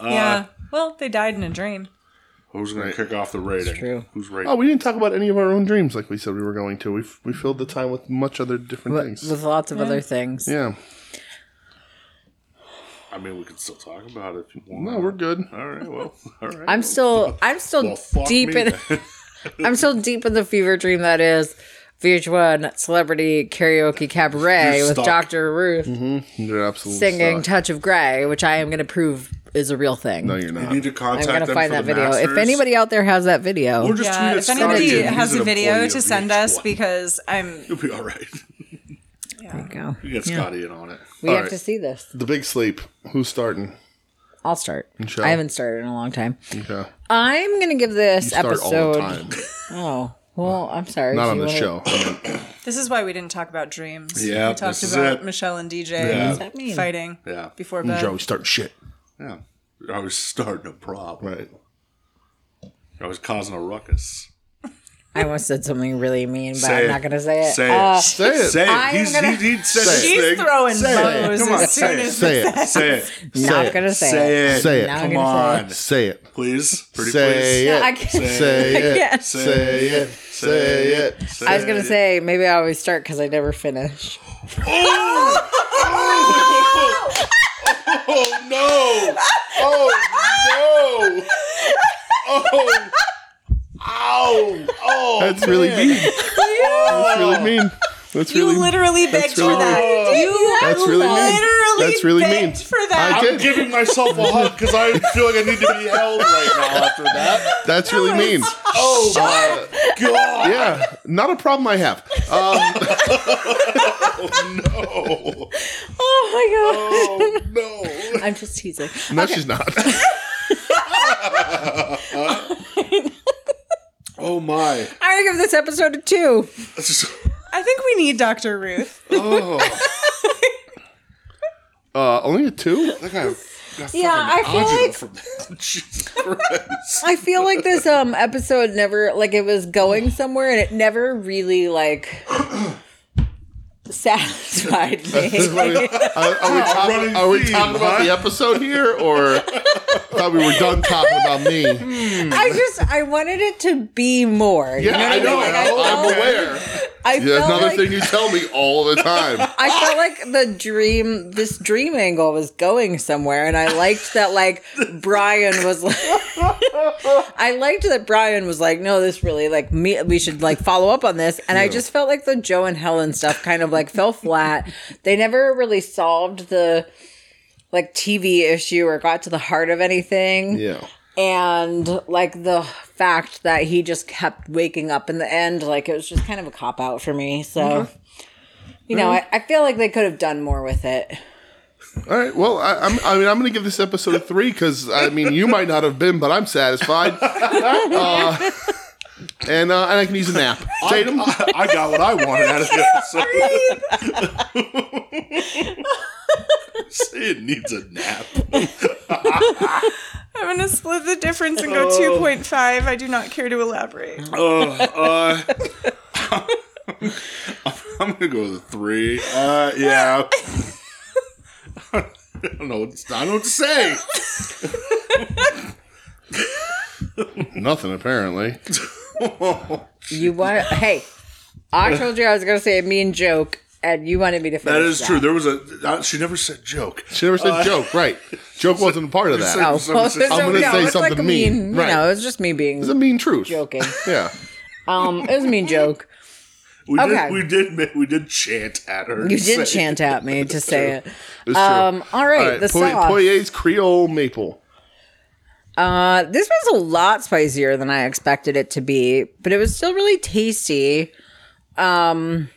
[SPEAKER 2] uh,
[SPEAKER 1] yeah. Well, they died in a dream.
[SPEAKER 2] Who's gonna kick off the rating?
[SPEAKER 3] true.
[SPEAKER 2] Who's rating?
[SPEAKER 4] Oh, we didn't talk about any of our own dreams like we said we were going to. We we filled the time with much other different things.
[SPEAKER 3] with lots of other things.
[SPEAKER 4] Yeah.
[SPEAKER 2] I mean, we can still talk about it if you want.
[SPEAKER 4] No, we're good.
[SPEAKER 2] All right. Well. All right.
[SPEAKER 3] I'm still I'm still
[SPEAKER 2] Well, fuck
[SPEAKER 3] deep
[SPEAKER 2] me
[SPEAKER 3] in *laughs* I'm still deep in the fever dream that is VH1 celebrity karaoke cabaret
[SPEAKER 2] You're
[SPEAKER 3] with
[SPEAKER 2] stuck.
[SPEAKER 3] Dr. Ruth
[SPEAKER 4] You're absolutely
[SPEAKER 3] singing
[SPEAKER 4] Mm-hmm. stuck.
[SPEAKER 3] Touch of Grey, which I am going to prove is a real thing.
[SPEAKER 4] No,
[SPEAKER 2] *laughs*
[SPEAKER 4] you're
[SPEAKER 2] You
[SPEAKER 4] not.
[SPEAKER 2] need to
[SPEAKER 3] I'm
[SPEAKER 2] contact
[SPEAKER 3] going to
[SPEAKER 2] them
[SPEAKER 3] find
[SPEAKER 2] for
[SPEAKER 3] that
[SPEAKER 2] the
[SPEAKER 3] video. If
[SPEAKER 2] masters.
[SPEAKER 3] anybody out there has that video,
[SPEAKER 2] or just
[SPEAKER 1] Yeah.
[SPEAKER 2] tweet
[SPEAKER 1] If
[SPEAKER 2] at Scott
[SPEAKER 1] anybody
[SPEAKER 2] Jim, he's
[SPEAKER 1] has
[SPEAKER 2] an
[SPEAKER 1] a video
[SPEAKER 2] employee
[SPEAKER 1] to
[SPEAKER 2] of
[SPEAKER 1] send
[SPEAKER 2] VH1.
[SPEAKER 1] us,
[SPEAKER 2] *laughs*
[SPEAKER 1] because I'm
[SPEAKER 2] you'll be all right.
[SPEAKER 3] there you go.
[SPEAKER 2] You get Scotty in on it.
[SPEAKER 3] We
[SPEAKER 4] All
[SPEAKER 3] have
[SPEAKER 4] right.
[SPEAKER 3] to see this.
[SPEAKER 4] The big sleep. Who's starting?
[SPEAKER 3] I'll start.
[SPEAKER 4] Sure.
[SPEAKER 3] I haven't started in a long time.
[SPEAKER 4] Okay.
[SPEAKER 3] I'm going to give this
[SPEAKER 4] Start
[SPEAKER 3] episode.
[SPEAKER 4] all the time.
[SPEAKER 3] Oh, well, I'm sorry.
[SPEAKER 4] Not
[SPEAKER 3] Do
[SPEAKER 4] on
[SPEAKER 3] you *laughs*
[SPEAKER 4] the
[SPEAKER 3] wanna-
[SPEAKER 4] show.
[SPEAKER 1] This is why we didn't talk about dreams.
[SPEAKER 2] Yeah,
[SPEAKER 1] we talked
[SPEAKER 2] this is
[SPEAKER 1] about
[SPEAKER 2] it.
[SPEAKER 1] Michelle and DJ
[SPEAKER 2] What does
[SPEAKER 3] that mean?
[SPEAKER 1] fighting
[SPEAKER 2] Yeah.
[SPEAKER 1] before bed.
[SPEAKER 4] Joey starting shit.
[SPEAKER 2] Yeah. I was starting a problem.
[SPEAKER 4] Right.
[SPEAKER 2] I was causing a ruckus.
[SPEAKER 3] I almost said something really mean, but
[SPEAKER 2] Say
[SPEAKER 3] I'm
[SPEAKER 2] it.
[SPEAKER 3] not going to say it.
[SPEAKER 2] Say it.
[SPEAKER 3] Uh,
[SPEAKER 4] Say it.
[SPEAKER 2] Say
[SPEAKER 3] I
[SPEAKER 2] it.
[SPEAKER 3] am
[SPEAKER 2] He's,
[SPEAKER 3] gonna-
[SPEAKER 2] he, he said this
[SPEAKER 1] She's
[SPEAKER 2] thing.
[SPEAKER 1] throwing
[SPEAKER 4] it.
[SPEAKER 1] bows
[SPEAKER 2] Come on,
[SPEAKER 1] as soon
[SPEAKER 2] say it.
[SPEAKER 1] as
[SPEAKER 4] Say it.
[SPEAKER 2] Say it.
[SPEAKER 4] Say
[SPEAKER 3] not
[SPEAKER 4] it.
[SPEAKER 3] going to say, it.
[SPEAKER 2] Say it.
[SPEAKER 4] Say it.
[SPEAKER 3] Now
[SPEAKER 2] Come
[SPEAKER 3] I'm gonna
[SPEAKER 2] on.
[SPEAKER 4] Say it.
[SPEAKER 2] Please. Pretty
[SPEAKER 4] Say
[SPEAKER 2] please.
[SPEAKER 4] it.
[SPEAKER 3] I can't.
[SPEAKER 4] Say it.
[SPEAKER 3] can't.
[SPEAKER 4] Say it. Say it. Say
[SPEAKER 3] I was gonna say maybe I always start because I never finish.
[SPEAKER 4] Oh no! Oh no! Oh! Ow! Oh! *laughs* That's really mean. That's really mean. That's
[SPEAKER 1] You
[SPEAKER 4] really mean.
[SPEAKER 1] literally begged for
[SPEAKER 4] really
[SPEAKER 1] that. You
[SPEAKER 4] That's really mean.
[SPEAKER 1] literally
[SPEAKER 4] That's really
[SPEAKER 1] begged
[SPEAKER 4] mean.
[SPEAKER 1] for that.
[SPEAKER 4] I
[SPEAKER 2] I'm
[SPEAKER 4] did.
[SPEAKER 2] giving myself a hug because I feel like I need to be held right now after that.
[SPEAKER 4] That's really mean.
[SPEAKER 2] Oh my god!
[SPEAKER 4] Yeah, not a problem
[SPEAKER 1] *laughs*
[SPEAKER 4] I have.
[SPEAKER 3] Oh
[SPEAKER 2] Oh no!
[SPEAKER 3] my god! I'm just teasing.
[SPEAKER 4] No, she's not.
[SPEAKER 2] Oh my!
[SPEAKER 3] I'm gonna give this episode a two.
[SPEAKER 2] That's just-
[SPEAKER 1] I think we need Dr. Ruth.
[SPEAKER 4] Uh, only a two.
[SPEAKER 2] I think I got
[SPEAKER 3] Yeah, I
[SPEAKER 2] fucking
[SPEAKER 3] feel
[SPEAKER 2] agita
[SPEAKER 3] like-
[SPEAKER 2] from that. Jesus Christ!
[SPEAKER 3] I feel like this um episode never like it was going somewhere and it never really like satisfied me.
[SPEAKER 4] Are we, are, are we,
[SPEAKER 2] running
[SPEAKER 4] talking, are we
[SPEAKER 2] theme,
[SPEAKER 4] talking about
[SPEAKER 2] huh?
[SPEAKER 4] the episode here, *laughs* or thought we were done talking about me?
[SPEAKER 3] I just I wanted it to be more. you
[SPEAKER 4] Yeah, I
[SPEAKER 3] what
[SPEAKER 4] know.
[SPEAKER 3] mean?
[SPEAKER 4] I know. I'm
[SPEAKER 3] felt-
[SPEAKER 4] aware.
[SPEAKER 3] I
[SPEAKER 4] Yeah,
[SPEAKER 3] felt
[SPEAKER 4] another
[SPEAKER 3] like,
[SPEAKER 4] thing you tell me all
[SPEAKER 1] *laughs*
[SPEAKER 4] the time.
[SPEAKER 3] I felt like the dream, this dream angle was going somewhere, and I liked that. Like Brian was like, *laughs* I liked that Brian was like, no, this really like me. We should like follow up on this, and I just felt like the Joe and Helen stuff kind of like fell flat. They never really solved the like TV issue or got to the heart of anything
[SPEAKER 4] Yeah.
[SPEAKER 3] and like the fact that he just kept waking up in the end like it was just kind of a cop out for me so
[SPEAKER 4] Mm-hmm.
[SPEAKER 3] you know I, I feel like they could have done more with it
[SPEAKER 4] All right. Well, I, I'm. I mean, I'm going to give this episode a three because I mean, you might not have been, but I'm satisfied. Uh, and uh, and I can use a nap. Tatum,
[SPEAKER 2] I, I got what I wanted out of this. *laughs* Say it needs a nap.
[SPEAKER 1] I'm going to split the difference and go 2.5. I do not care to elaborate.
[SPEAKER 2] Uh, I'm gonna go with a three. Uh, yeah. I don't know. what- I don't know what to say.
[SPEAKER 4] Nothing apparently.
[SPEAKER 3] You want to? Hey,
[SPEAKER 4] *laughs*
[SPEAKER 3] I told you I was going to say a mean joke, and you wanted me to finish.
[SPEAKER 2] That is true. There was a. uh, she never said joke.
[SPEAKER 4] She never said joke. Right? Joke wasn't a part of
[SPEAKER 2] Uh,
[SPEAKER 4] that.
[SPEAKER 2] said-
[SPEAKER 3] Oh,
[SPEAKER 2] So-
[SPEAKER 3] well,
[SPEAKER 2] so-
[SPEAKER 3] *laughs*
[SPEAKER 2] I'm
[SPEAKER 4] gonna
[SPEAKER 3] no,
[SPEAKER 4] say
[SPEAKER 3] it's like
[SPEAKER 4] something
[SPEAKER 3] a mean.
[SPEAKER 4] mean.
[SPEAKER 3] You
[SPEAKER 4] Right.
[SPEAKER 3] know, it's just me being
[SPEAKER 4] it's a mean truth.
[SPEAKER 3] joking.
[SPEAKER 4] Yeah.
[SPEAKER 3] Um, it was a
[SPEAKER 4] *laughs*
[SPEAKER 3] mean joke.
[SPEAKER 2] We
[SPEAKER 3] Okay.
[SPEAKER 2] did. We did. ma- We did chant at her.
[SPEAKER 3] You
[SPEAKER 2] to
[SPEAKER 3] did
[SPEAKER 2] say-
[SPEAKER 3] chant at me to say it.
[SPEAKER 4] It's
[SPEAKER 3] Um, all right, the
[SPEAKER 4] Poy-
[SPEAKER 3] sauce.
[SPEAKER 4] Poyet's Creole Maple.
[SPEAKER 3] Uh, this was a lot spicier than I expected it to be, but it was still really tasty. Um,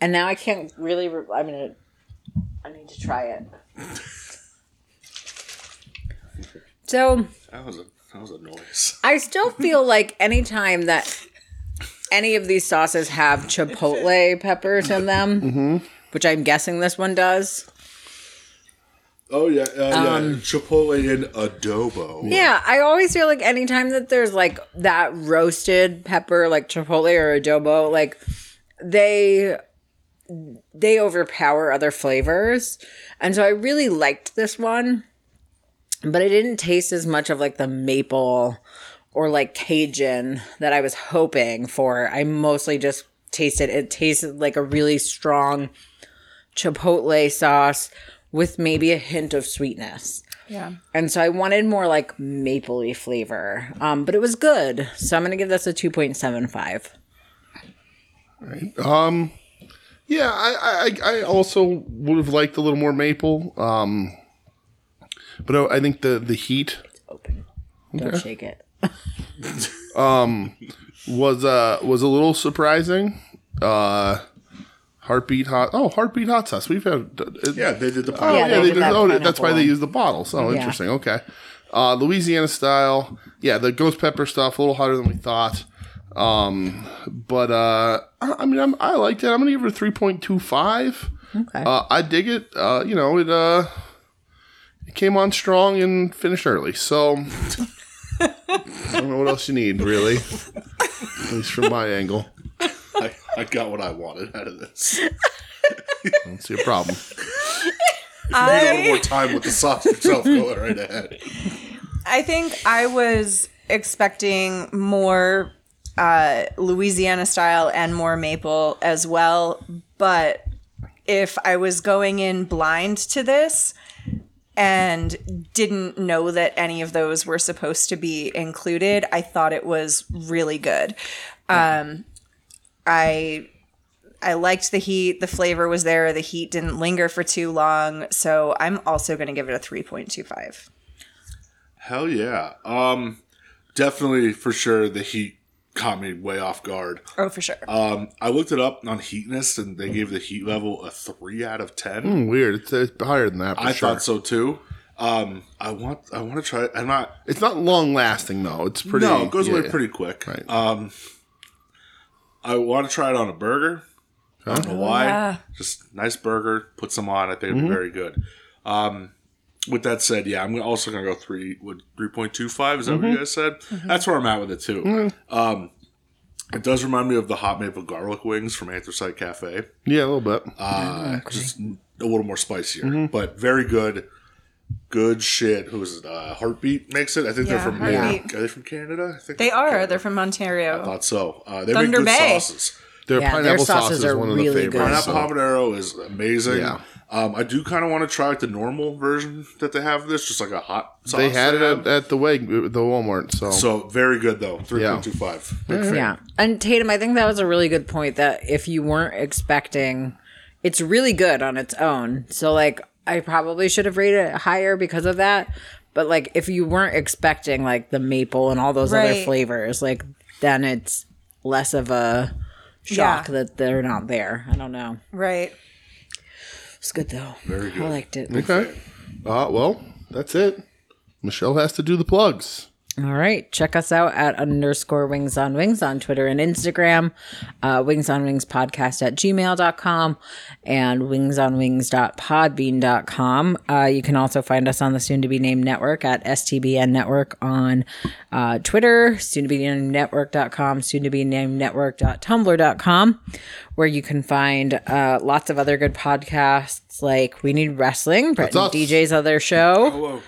[SPEAKER 3] and now I can't really. Re- I'm gonna. I need to try it. So
[SPEAKER 2] That was a. That was a noise.
[SPEAKER 3] I still feel like anytime that any of these sauces have chipotle peppers in them, which I'm guessing this one does.
[SPEAKER 2] Oh yeah. Uh, yeah. Chipotle and adobo.
[SPEAKER 3] Um, Yeah, I always feel like anytime that there's like that roasted pepper, like chipotle or adobo, like they they overpower other flavors. And so I really liked this one, but I didn't taste as much of like the maple or like Cajun that I was hoping for. I mostly just tasted it tasted like a really strong chipotle sauce with maybe a hint of sweetness.
[SPEAKER 1] Yeah.
[SPEAKER 3] And so I wanted more like mapley flavor. Um, but it was good. So I'm gonna give this a 2.75.
[SPEAKER 4] Yeah, I, I I also would have liked a little more maple. Um, but I, I think the the heat
[SPEAKER 3] Open. Don't shake it.
[SPEAKER 4] was uh was a little surprising. Uh, heartbeat hot. Oh, heartbeat hot sauce. We've had.
[SPEAKER 2] Yeah. They did the.
[SPEAKER 4] Oh, yeah,
[SPEAKER 3] they
[SPEAKER 4] they
[SPEAKER 3] did
[SPEAKER 4] did-
[SPEAKER 3] that
[SPEAKER 4] oh,
[SPEAKER 3] pineapple
[SPEAKER 4] that's why they
[SPEAKER 3] one.
[SPEAKER 4] use the bottle. So interesting. Okay. Uh, Louisiana style. Yeah, the ghost pepper stuff a little hotter than we thought. Um, but uh, I, I mean, I'm, I liked it. I'm gonna give it a three point two five.
[SPEAKER 3] Okay.
[SPEAKER 4] Uh, I dig it. Uh, you know, it uh, it came on strong and finished early. So *laughs* I don't know what else you need, really. At least from my angle,
[SPEAKER 2] I, I got what I wanted out of this.
[SPEAKER 4] I don't see a problem.
[SPEAKER 2] Need a little more time with the sauce yourself. Go right ahead.
[SPEAKER 1] I think I was expecting more uh, Louisiana style and more maple as well. But if I was going in blind to this and didn't know that any of those were supposed to be included, I thought it was really good. Um, I I liked the heat. The flavor was there. The heat didn't linger for too long. So I'm also going to give it a 3.25.
[SPEAKER 2] Hell yeah. Um, definitely for sure. The heat caught me way off guard.
[SPEAKER 1] Oh, for sure.
[SPEAKER 2] Um, I looked it up on Heatness, and they gave the heat level a three out of ten.
[SPEAKER 4] Hmm, Weird. It's, it's higher than that. For
[SPEAKER 2] I
[SPEAKER 4] sure.
[SPEAKER 2] thought so too. Um, I want I want to try. I'm not.
[SPEAKER 4] It's not long lasting though. It's pretty.
[SPEAKER 2] no, it goes away
[SPEAKER 4] yeah.
[SPEAKER 2] pretty quick.
[SPEAKER 4] Right.
[SPEAKER 2] Um, I want to try it on a burger. I don't know
[SPEAKER 1] Oh,
[SPEAKER 2] why. Just nice burger. Put some on. I think
[SPEAKER 1] Mm-hmm.
[SPEAKER 2] it'd be very good. Um, with that said, yeah, I'm also gonna go three. What three point two five? Is that
[SPEAKER 1] Mm-hmm.
[SPEAKER 2] what you guys said? That's where I'm at with it too. Um, it does remind me of the hot maple garlic wings from Anthracite Cafe.
[SPEAKER 4] Yeah, a little bit.
[SPEAKER 2] Uh, Just a little more spicier,
[SPEAKER 1] Mm-hmm.
[SPEAKER 2] but very good. Good shit. Who's it? Uh, Heartbeat makes it. I think
[SPEAKER 1] Yeah,
[SPEAKER 2] they're from
[SPEAKER 1] Heartbeat.
[SPEAKER 2] Are they from Canada? I think
[SPEAKER 1] They are.
[SPEAKER 2] Canada.
[SPEAKER 1] They're from
[SPEAKER 2] I
[SPEAKER 1] Ontario.
[SPEAKER 2] thought so. Uh, they
[SPEAKER 1] Thunder
[SPEAKER 2] make good
[SPEAKER 1] Bay.
[SPEAKER 2] sauces.
[SPEAKER 4] Their
[SPEAKER 3] Yeah, their
[SPEAKER 4] pineapple sauce
[SPEAKER 3] sauces
[SPEAKER 4] is
[SPEAKER 3] are
[SPEAKER 4] one
[SPEAKER 3] really
[SPEAKER 4] of the
[SPEAKER 3] good.
[SPEAKER 4] favorites.
[SPEAKER 2] Pineapple
[SPEAKER 4] so-
[SPEAKER 2] habanero is amazing.
[SPEAKER 4] Yeah.
[SPEAKER 2] Um, I do kind of want to try like the normal version that they have. Of this just like a hot sauce.
[SPEAKER 4] They had it
[SPEAKER 2] have.
[SPEAKER 4] at, at the Weg, the Walmart. So,
[SPEAKER 2] so very good though. Three point two five. Big fan.
[SPEAKER 3] Yeah. And Tatum, I think that was a really good point that if you weren't expecting it's really good on its own. So like I probably should have rated it higher because of that. But like if you weren't expecting like the maple and all those other
[SPEAKER 1] Right.
[SPEAKER 3] flavors, like then it's less of a shock that they're not there. I don't know.
[SPEAKER 1] Right.
[SPEAKER 3] It's good though.
[SPEAKER 2] Very good.
[SPEAKER 3] I liked it.
[SPEAKER 4] okay. Uh, well, that's it. Michelle has to do the plugs.
[SPEAKER 3] All right. Check us out at underscore wings on wings on Twitter and Instagram, uh, wings on wings podcast at gmail.com, and wings on wings.podbean.com. Uh, you can also find us on the soon to be named network at STBN network on uh, Twitter, soon to be named network.com, soon to be named network.tumblr.com, where you can find uh, lots of other good podcasts like We Need Wrestling, Brett and
[SPEAKER 4] us.
[SPEAKER 3] DJ's other show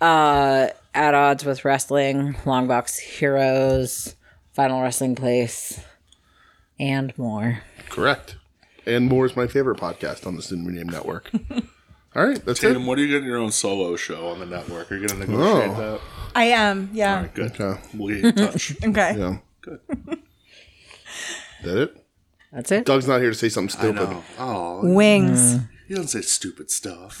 [SPEAKER 2] Whoa.
[SPEAKER 3] uh, at odds with wrestling, Longbox Heroes, Final Wrestling Place, and more.
[SPEAKER 4] Correct. And more is my favorite podcast on the Student Rename Network. All right, that's
[SPEAKER 2] Tatum,
[SPEAKER 4] it.
[SPEAKER 2] what are you getting your own solo show on the network? Are you going to negotiate
[SPEAKER 4] Oh.
[SPEAKER 1] I am. Yeah.
[SPEAKER 2] that? Good.
[SPEAKER 4] Okay.
[SPEAKER 2] We'll
[SPEAKER 4] *laughs*
[SPEAKER 2] get in touch.
[SPEAKER 1] Okay.
[SPEAKER 4] Yeah.
[SPEAKER 2] Good.
[SPEAKER 4] That it?
[SPEAKER 3] That's it.
[SPEAKER 4] Doug's not here to say something
[SPEAKER 2] I
[SPEAKER 4] stupid.
[SPEAKER 2] know. Oh,
[SPEAKER 1] Wings.
[SPEAKER 2] he doesn't say stupid
[SPEAKER 4] *laughs*
[SPEAKER 2] stuff.